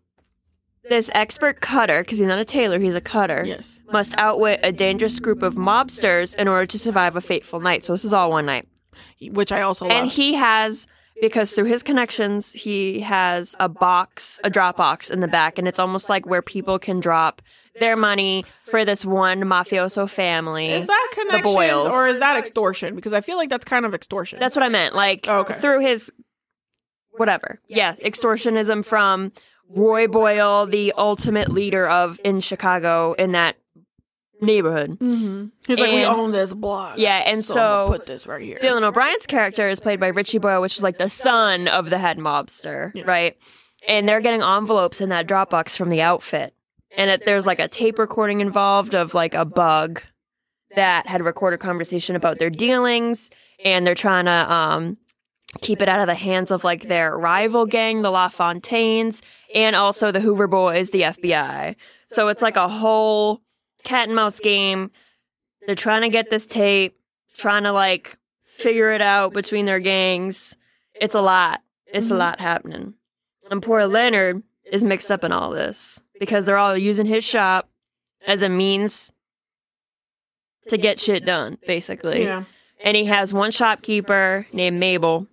S3: this expert cutter, because he's not a tailor, he's a cutter,
S2: Yes.
S3: must outwit a dangerous group of mobsters in order to survive a fateful night. So this is all one night,
S2: Which I also
S3: and
S2: love.
S3: he has because through his connections he has a box, a drop box in the back, and it's almost like where people can drop their money for this one mafioso family.
S2: is that
S3: boils.
S2: connections or is that extortion? Because I feel like that's kind of extortion.
S3: That's what I meant. Like
S2: Oh, okay.
S3: through his whatever. Yes, extortionism from Roy Boyle, the ultimate leader of in Chicago in that neighborhood.
S2: mm-hmm. He's like, we
S3: And-
S2: own this block.
S3: Yeah, and
S2: so, I'm gonna
S3: so-
S2: put this right here.
S3: Dylan O'Brien's character is played by Richie Boyle, which is like the son of the head mobster,
S2: Yes.
S3: right? And they're getting envelopes in that Dropbox from the outfit. And it, there's like a tape recording involved of like a bug that had recorded conversation about their dealings and they're trying to um, keep it out of the hands of like their rival gang, the LaFontaines, and also the Hoover Boys, the FBI. So it's like a whole cat and mouse game. They're trying to get this tape, trying to like figure it out between their gangs. It's a lot. It's a lot happening. And poor Leonard is mixed up in all this because they're all using his shop as a means to get shit done, basically
S2: Yeah.
S3: and he has one shopkeeper named Mabel,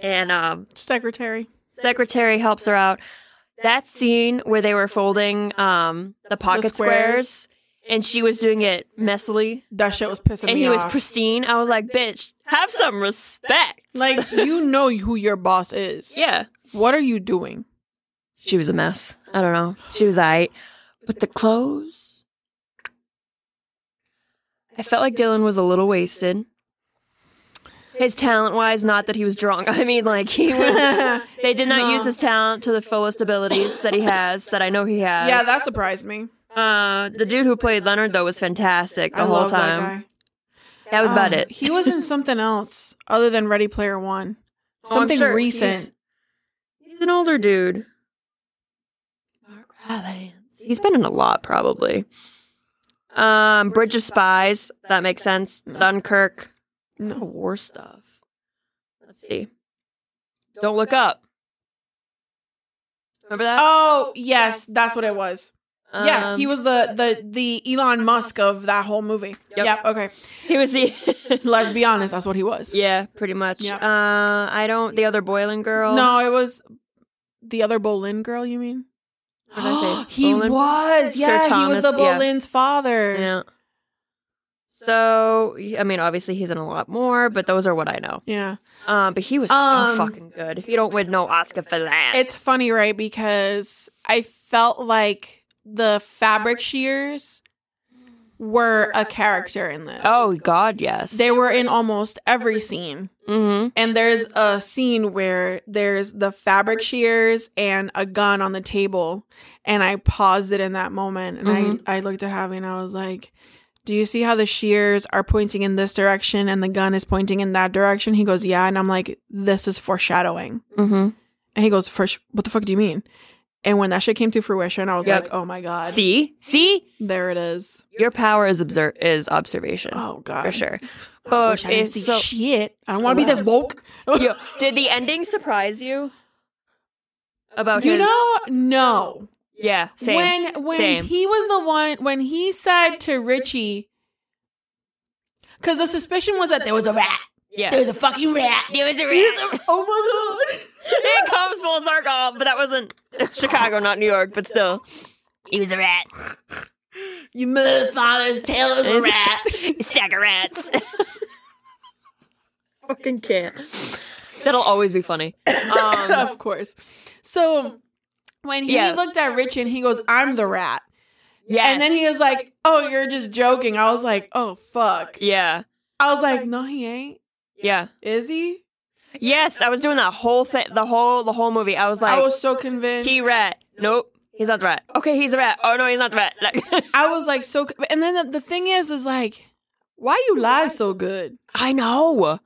S3: and um,
S2: Secretary.
S3: secretary helps her out. That scene where they were folding um, the pocket
S2: squares.
S3: squares. and she was doing it messily,
S2: That shit was pissing
S3: and
S2: me
S3: he was
S2: off.
S3: pristine. I was like, "Bitch, have some respect!"
S2: like, you know who your boss is.
S3: yeah,
S2: What are you doing?
S3: she was a mess. I don't know. She was alright, but the clothes. I felt like Dylan was a little wasted. His talent wise, not that he was drunk. I mean, like he was.
S2: yeah,
S3: They did not
S2: No.
S3: use his talent to the fullest abilities that he has, that I know he has.
S2: that surprised me.
S3: uh, the dude who played Leonard though was fantastic the
S2: I
S3: whole
S2: love
S3: time.
S2: That, guy.
S3: That, was about
S2: Uh,
S3: it.
S2: he was in something else other than Ready Player One.
S3: Oh, I'm
S2: Something
S3: sure
S2: recent.
S3: He's, he's an older dude. Mark Rylance. He's been in a lot probably. Um, Bridge of Spies. That makes sense. Dunkirk.
S2: No.
S3: War stuff. Let's see. Don't look up. Remember that?
S2: Oh yes, that's what it was. Oh, yeah,
S3: Um,
S2: he was the the the Elon Musk of that whole movie.
S3: Yep.
S2: Yep. Okay.
S3: He was the.
S2: Let's be honest. That's what he was.
S3: Yeah, pretty much.
S2: Yeah.
S3: Uh, I don't. The other boiling girl.
S2: No, it was the other Boleyn girl. You mean?
S3: What did I say?
S2: he
S3: Boleyn?
S2: was.
S3: Sir
S2: Yeah, he was
S3: Thomas,
S2: the
S3: yeah.
S2: Boleyn's father.
S3: Yeah. So I mean, obviously he's in a lot more, but those are what I know.
S2: Yeah.
S3: Um, but he was so
S2: Um,
S3: fucking good. If you don't win no Oscar for that,
S2: It's funny, right? Because I felt like the fabric shears were a character in this.
S3: Oh God, yes.
S2: They were in almost every scene.
S3: Mm-hmm.
S2: And there's a scene where there's the fabric shears and a gun on the table. And I paused it in that moment and
S3: Mhm.
S2: I, I looked at Javi and I was like, Do you see how the shears are pointing in this direction and the gun is pointing in that direction? He goes, Yeah. And I'm like, This is foreshadowing.
S3: Mm-hmm.
S2: And he goes, First, what the fuck do you mean? And when that shit came to fruition, I was
S3: Yeah.
S2: like, Oh my God.
S3: See, see,
S2: there it is.
S3: your power is observe is observation
S2: Oh God.
S3: for sure.
S2: I
S3: But
S2: wish I didn't
S3: it's
S2: see
S3: so-
S2: shit. I don't want to be this woke.
S3: Yo, did the ending surprise you? About
S2: you
S3: his,
S2: know, no.
S3: yeah, same.
S2: When when
S3: Same.
S2: he was the one when he said to Richie because the suspicion was that there was a rat.
S3: yeah,
S2: There was a fucking rat.
S3: There was a rat.
S2: Oh my god.
S3: it comes full circle, but that wasn't Chicago, not New York, but still. He was a rat.
S2: You murdered father's tail is a rat.
S3: Stack of rats. Fucking can't. That'll always be funny. Um,
S2: of course. So when he
S3: Yeah.
S2: looked at Richie and he goes, I'm the rat.
S3: yes.
S2: And then he was like, Oh, you're just joking. I was like, Oh fuck.
S3: Yeah.
S2: I was like, No, he ain't.
S3: Yeah.
S2: Is he?
S3: Yes, I was doing that whole thing, the whole the whole movie. I was like,
S2: I was so convinced.
S3: he rat. Nope, he's not the rat. Okay, he's a rat. Oh no, he's not the rat. Like-
S2: I was like so and then the, the thing is is like, why you lie so good?
S3: I know.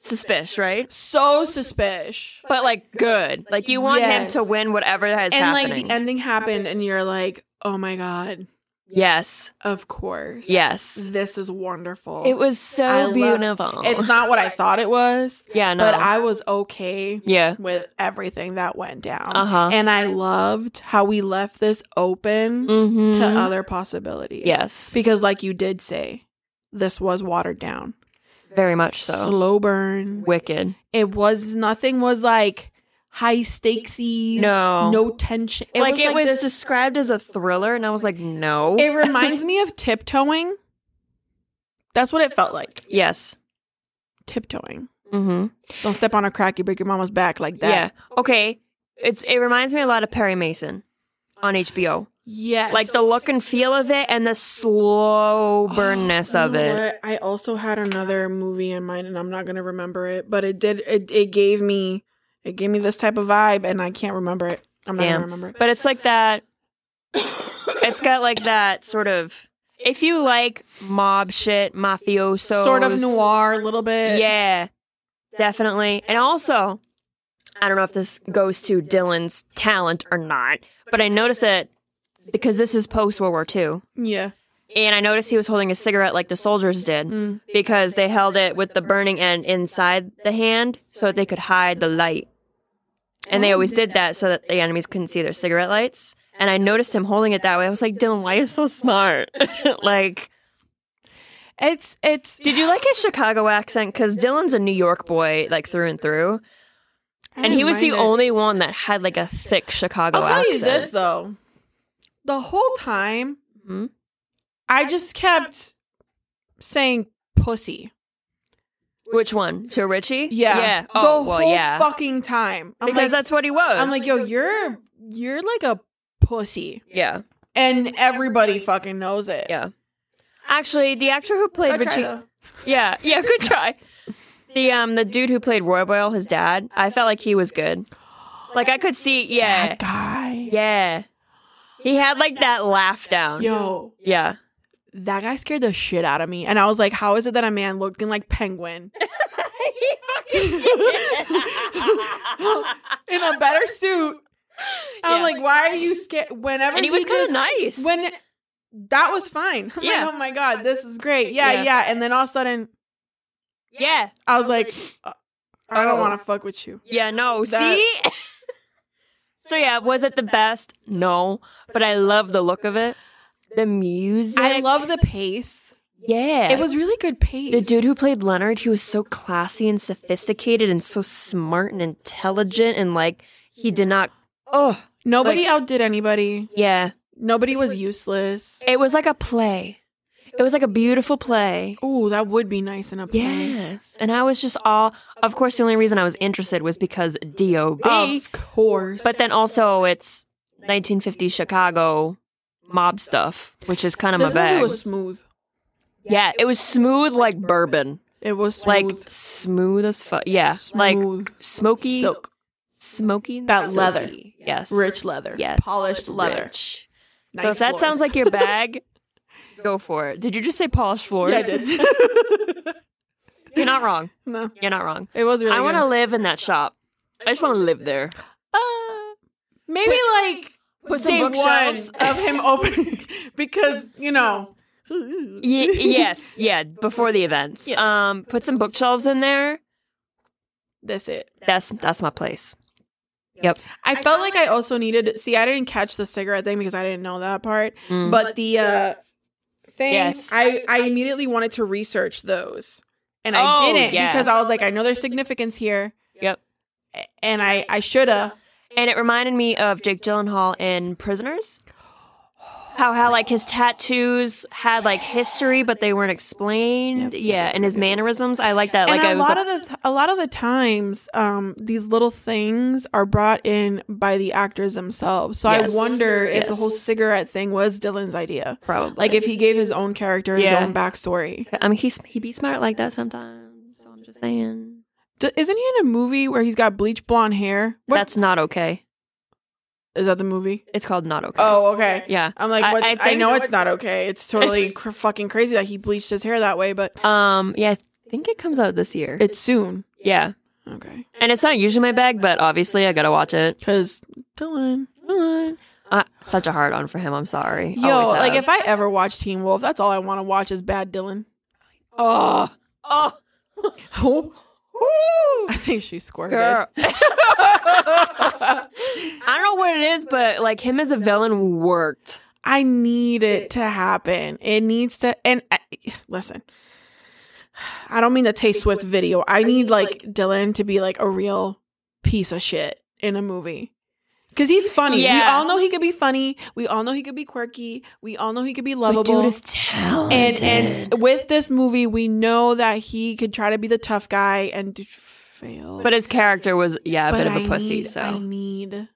S3: Suspicious, right?
S2: so suspicious.
S3: But like good. Like you want
S2: Yes.
S3: him to win whatever is
S2: And like
S3: happening.
S2: the ending happened, and you're like, oh my god,
S3: yes.
S2: of course.
S3: Yes.
S2: This is wonderful.
S3: It was so
S2: I loved-
S3: beautiful.
S2: It's not what I thought it was,
S3: yeah, no.
S2: but I was okay
S3: yeah.
S2: with everything that went down.
S3: Uh-huh.
S2: And I loved how we left this open
S3: Mm-hmm.
S2: to other possibilities.
S3: yes.
S2: Because, like you did say, this was watered down,
S3: Very much so.
S2: slow burn.
S3: Wicked.
S2: It was nothing was like high stakesy.
S3: No.
S2: no tension. It
S3: like
S2: was
S3: it
S2: like
S3: was
S2: this-
S3: described as a thriller, and I was like, no.
S2: It reminds me of tiptoeing. That's what it felt like.
S3: yes.
S2: Tiptoeing.
S3: Mm-hmm.
S2: Don't step on a crack, you break your mama's back like
S3: Yeah.
S2: that.
S3: Okay. It's it reminds me a lot of Perry Mason on HBO.
S2: Yes. Oh,
S3: Like the look and feel of it and the slow burnness
S2: You
S3: of
S2: know
S3: it.
S2: what? I also had another movie in mind and I'm not gonna remember it, but it did it, it gave me it gave me this type of vibe and I can't remember it. I'm not
S3: Damn.
S2: gonna remember it.
S3: But it's like that it's got like that sort of if you like mob shit, mafioso
S2: sort of noir a little bit.
S3: Yeah. Definitely. And also, I don't know if this goes to Dylan's talent or not, but I noticed that because this is post World War II.
S2: Yeah.
S3: And I noticed he was holding a cigarette like the soldiers did
S2: Mm.
S3: because they held it with the burning end inside the hand so that they could hide the light. And they always did that so that the enemies couldn't see their cigarette lights. And I noticed him holding it that way. I was like, Dylan, why are you so smart? like,
S2: It's it's
S3: did you like his Chicago accent? Because Dylan's a New York boy, like through and through.
S2: I
S3: And he
S2: didn't
S3: was the
S2: mind it.
S3: only one that had like a thick Chicago
S2: I'll tell
S3: accent.
S2: you this though. The whole time
S3: Mhm.
S2: I just kept saying pussy.
S3: Which one? To Richie?
S2: Yeah.
S3: Yeah.
S2: the
S3: Oh,
S2: whole
S3: well, yeah.
S2: fucking time. I'm
S3: because
S2: like,
S3: that's what he was.
S2: I'm like, yo, you're you're like a pussy.
S3: Yeah.
S2: And everybody fucking knows it.
S3: Yeah. Actually, the actor who played
S2: I try
S3: Richie,
S2: to-
S3: yeah, yeah, good try. The um, the dude who played Roy Boyle, his dad, I felt like he was good. Like I could see, yeah,
S2: That guy.
S3: yeah, he had like that laugh down.
S2: Yo,
S3: Yeah,
S2: that guy scared the shit out of me. And I was like, how is it that a man looking like penguin
S3: he fucking
S2: in a better suit? I'm
S3: Yeah.
S2: like, why are you scared? Whenever
S3: and he was kind
S2: just-
S3: of nice.
S2: when that was fine. I'm
S3: Yeah.
S2: like, oh my god, this is great. Yeah,
S3: Yeah.
S2: yeah, And then all of a sudden,
S3: yeah,
S2: I was like, uh, I don't
S3: Oh.
S2: want to fuck with you.
S3: yeah, no,
S2: That-
S3: see. so yeah, was it the best? No, but I love the look of it. The music,
S2: I love the pace.
S3: Yeah,
S2: It was really good pace.
S3: The dude who played Leonard, he was so classy and sophisticated and so smart and intelligent and like he did not Oh,
S2: Nobody outdid anybody.
S3: yeah.
S2: Nobody was useless.
S3: It was like a play. It was like a beautiful play.
S2: Oh, that would be nice in a play.
S3: Yes. And I was just all of course the only reason I was interested was because DOB.
S2: Of course.
S3: But then also it's 1950 Chicago mob stuff, which is kind of my
S2: this movie
S3: bag.
S2: was smooth.
S3: Yeah, it was smooth like bourbon.
S2: It was smooth,
S3: Like smooth as fuck. Yeah, like
S2: smooth
S3: smoky,
S2: silk,
S3: smoky. and
S2: That leather.
S3: silky. Yes.
S2: rich leather,
S3: Yes.
S2: polished leather.
S3: Rich.
S2: Nice
S3: so if that
S2: floors.
S3: sounds like your bag, go for it. Did you just say polished
S2: yeah,
S3: floors?
S2: I did.
S3: You're not wrong.
S2: no,
S3: You're not wrong.
S2: it was really.
S3: I want to
S2: good.
S3: live in that shop. I just want to live there.
S2: Uh, maybe like
S3: Put some
S2: day one
S3: bookshelves.
S2: of him opening because you know.
S3: Ye- yes, yeah, before the events.
S2: Yes.
S3: Um, put some bookshelves in there.
S2: That's it.
S3: That's that's my place.
S2: I felt like I also needed. See, I didn't catch the cigarette thing because I didn't know that part. But the uh, thing,
S3: Mm-hmm. Yes.
S2: I I immediately wanted to research those, and I
S3: Oh,
S2: didn't
S3: yeah.
S2: because I was like, I know there's significance here.
S3: Yep.
S2: A- And I I shoulda.
S3: And it reminded me of Jake Gyllenhaal in Prisoners. How how like his tattoos had like history, but they weren't explained. Yeah, and his mannerisms. I like that. like
S2: and a
S3: I was
S2: lot
S3: like,
S2: of the th- a lot of the times, um, these little things are brought in by the actors themselves. So
S3: Yes,
S2: I wonder if the whole
S3: yes.
S2: cigarette thing was Dylan's idea,
S3: probably
S2: like if he gave his own character his
S3: Yeah.
S2: own backstory.
S3: I mean he's he be smart like that sometimes. So I'm just saying
S2: D- isn't he in a movie where he's got bleach blonde hair? What is
S3: that's not okay.
S2: that? The movie?
S3: It's called not okay.
S2: Oh, okay.
S3: yeah.
S2: I'm like,
S3: I-
S2: what's,
S3: I
S2: I,
S3: think
S2: know
S3: that
S2: it's not okay. It's totally cr- fucking crazy that he bleached his hair that way, but
S3: Um. Yeah. I think it comes out this year.
S2: it's soon.
S3: yeah.
S2: Okay,
S3: And it's not usually my bag, but obviously I gotta watch it.
S2: because Dylan.
S3: Uh, such a hard on for him. I'm sorry.
S2: Yo, like if I ever watch Teen Wolf, that's all I want to watch is bad Dylan.
S3: oh oh
S2: Oh, I think she squirted.
S3: girl, I don't know what it is, but like him as a villain worked.
S2: I need it to happen. It needs to. And I, listen, I don't mean the Tay Swift video. I need like Dylan to be like a real piece of shit in a movie. Cause he's funny. We
S3: Yeah.
S2: all know he could be funny. We all know he could be quirky. We all know he could be lovable. and
S3: talented.
S2: and with this movie, we know that he could try to be the tough guy and d- fail.
S3: but his character was yeah a
S2: But
S3: bit of a
S2: I
S3: pussy.
S2: need-
S3: so
S2: I need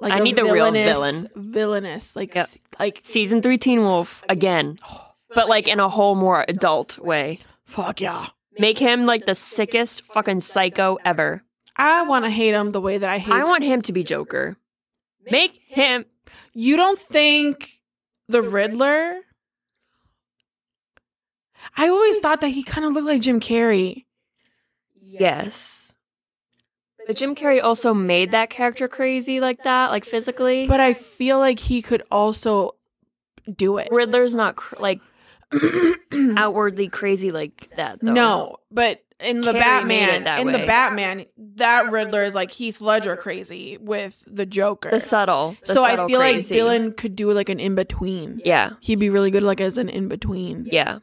S2: like
S3: I
S2: a
S3: need the real
S2: villainous- villainous, like
S3: Yep.
S2: s- like
S3: season three Teen Wolf again, but like in a whole more adult way.
S2: fuck yeah.
S3: Make him like the sickest fucking psycho ever.
S2: I want to hate him the way that I hate.
S3: I want him to be Joker. Make him
S2: you don't think the Riddler? I always thought that he kind of looked like Jim Carrey.
S3: yes. But Jim Carrey also made that character crazy like that, like physically.
S2: But I feel like he could also do it.
S3: Riddler's not cr- like outwardly crazy like that. Though.
S2: no, but in the
S3: Carrey made it
S2: Batman,
S3: that
S2: in the
S3: way.
S2: Batman, that Riddler is like Heath Ledger crazy with the Joker.
S3: the subtle. the
S2: so I
S3: subtle
S2: feel
S3: crazy.
S2: like Dylan could do like an in between.
S3: Yeah,
S2: He'd be really good like as an in between.
S3: yeah.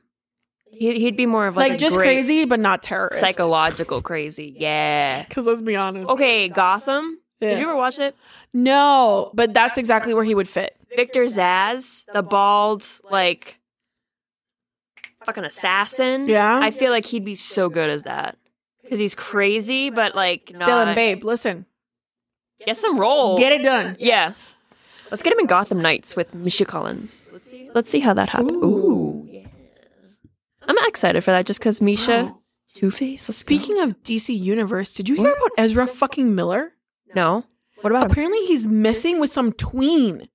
S3: He, he'd be more of like,
S2: Like,
S3: a
S2: just
S3: great
S2: crazy but not terrorist.
S3: psychological crazy. Yeah.
S2: Cuz let's be honest.
S3: Okay, Gotham.
S2: Yeah.
S3: Did you ever watch it?
S2: No, but that's exactly where he would fit.
S3: Victor Zaz, the bald like fucking assassin.
S2: Yeah.
S3: I feel like he'd be so good as that because he's crazy, but like not.
S2: Dylan babe, listen.
S3: Get some role.
S2: Get it done.
S3: Yeah. Let's get him in Gotham Knights with Misha Collins. Let's see. Let's see how that happens. Ooh. yeah. I'm excited for that just because Misha Two Face.
S2: Speaking of DC Universe, did you hear about Ezra fucking Miller?
S3: No. What about him?
S2: Apparently he's missing with some tween.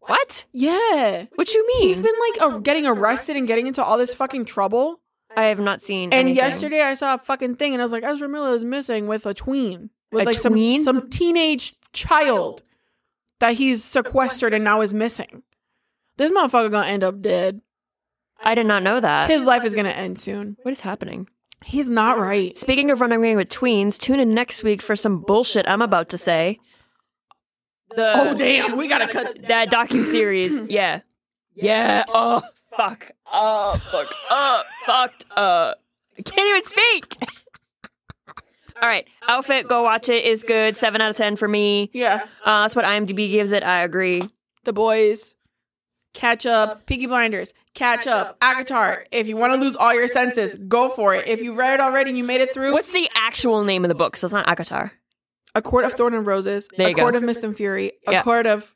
S3: What?
S2: Yeah.
S3: What you mean?
S2: He's been like a, getting arrested and getting into all this fucking trouble.
S3: I have not seen.
S2: And
S3: anything.
S2: yesterday I saw a fucking thing and I was like, Ezra Miller is missing with a tween. With
S3: A
S2: like
S3: tween?
S2: some some teenage child that he's sequestered and now is missing. This motherfucker gonna end up dead.
S3: I did not know that.
S2: His life is gonna end soon.
S3: what is happening?
S2: He's not right.
S3: Speaking of running away with tweens, tune in next week for some bullshit I'm about to say. The
S2: Oh damn, we gotta cut
S3: that docu series, yeah, yeah. Oh fuck, oh fuck, oh fucked up. I can't even speak. All right, outfit, go watch it. Is good. Seven out of ten for me.
S2: Yeah.
S3: Uh, that's what IMDb gives it. I agree.
S2: The boys. Catch up. Peaky Blinders. Catch up. Akatar. If you wanna lose all your senses, go for it. If you read it already and you made it through,
S3: What's the actual name of the book? 'Cause it's not Akatar.
S2: a court of thorn and roses,
S3: There
S2: a
S3: you go.
S2: court of mist and fury, a
S3: Yeah.
S2: court of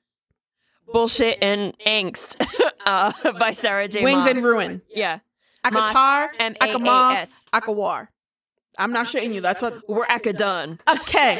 S3: Bullshit and angst uh, by Sarah J.
S2: wings and
S3: Maas.
S2: ruin.
S3: Yeah.
S2: Akatar,
S3: M A A
S2: Akamoth,
S3: S.
S2: Akawar. I'm not shitting you. That's what.
S3: We're Akadun.
S2: Okay.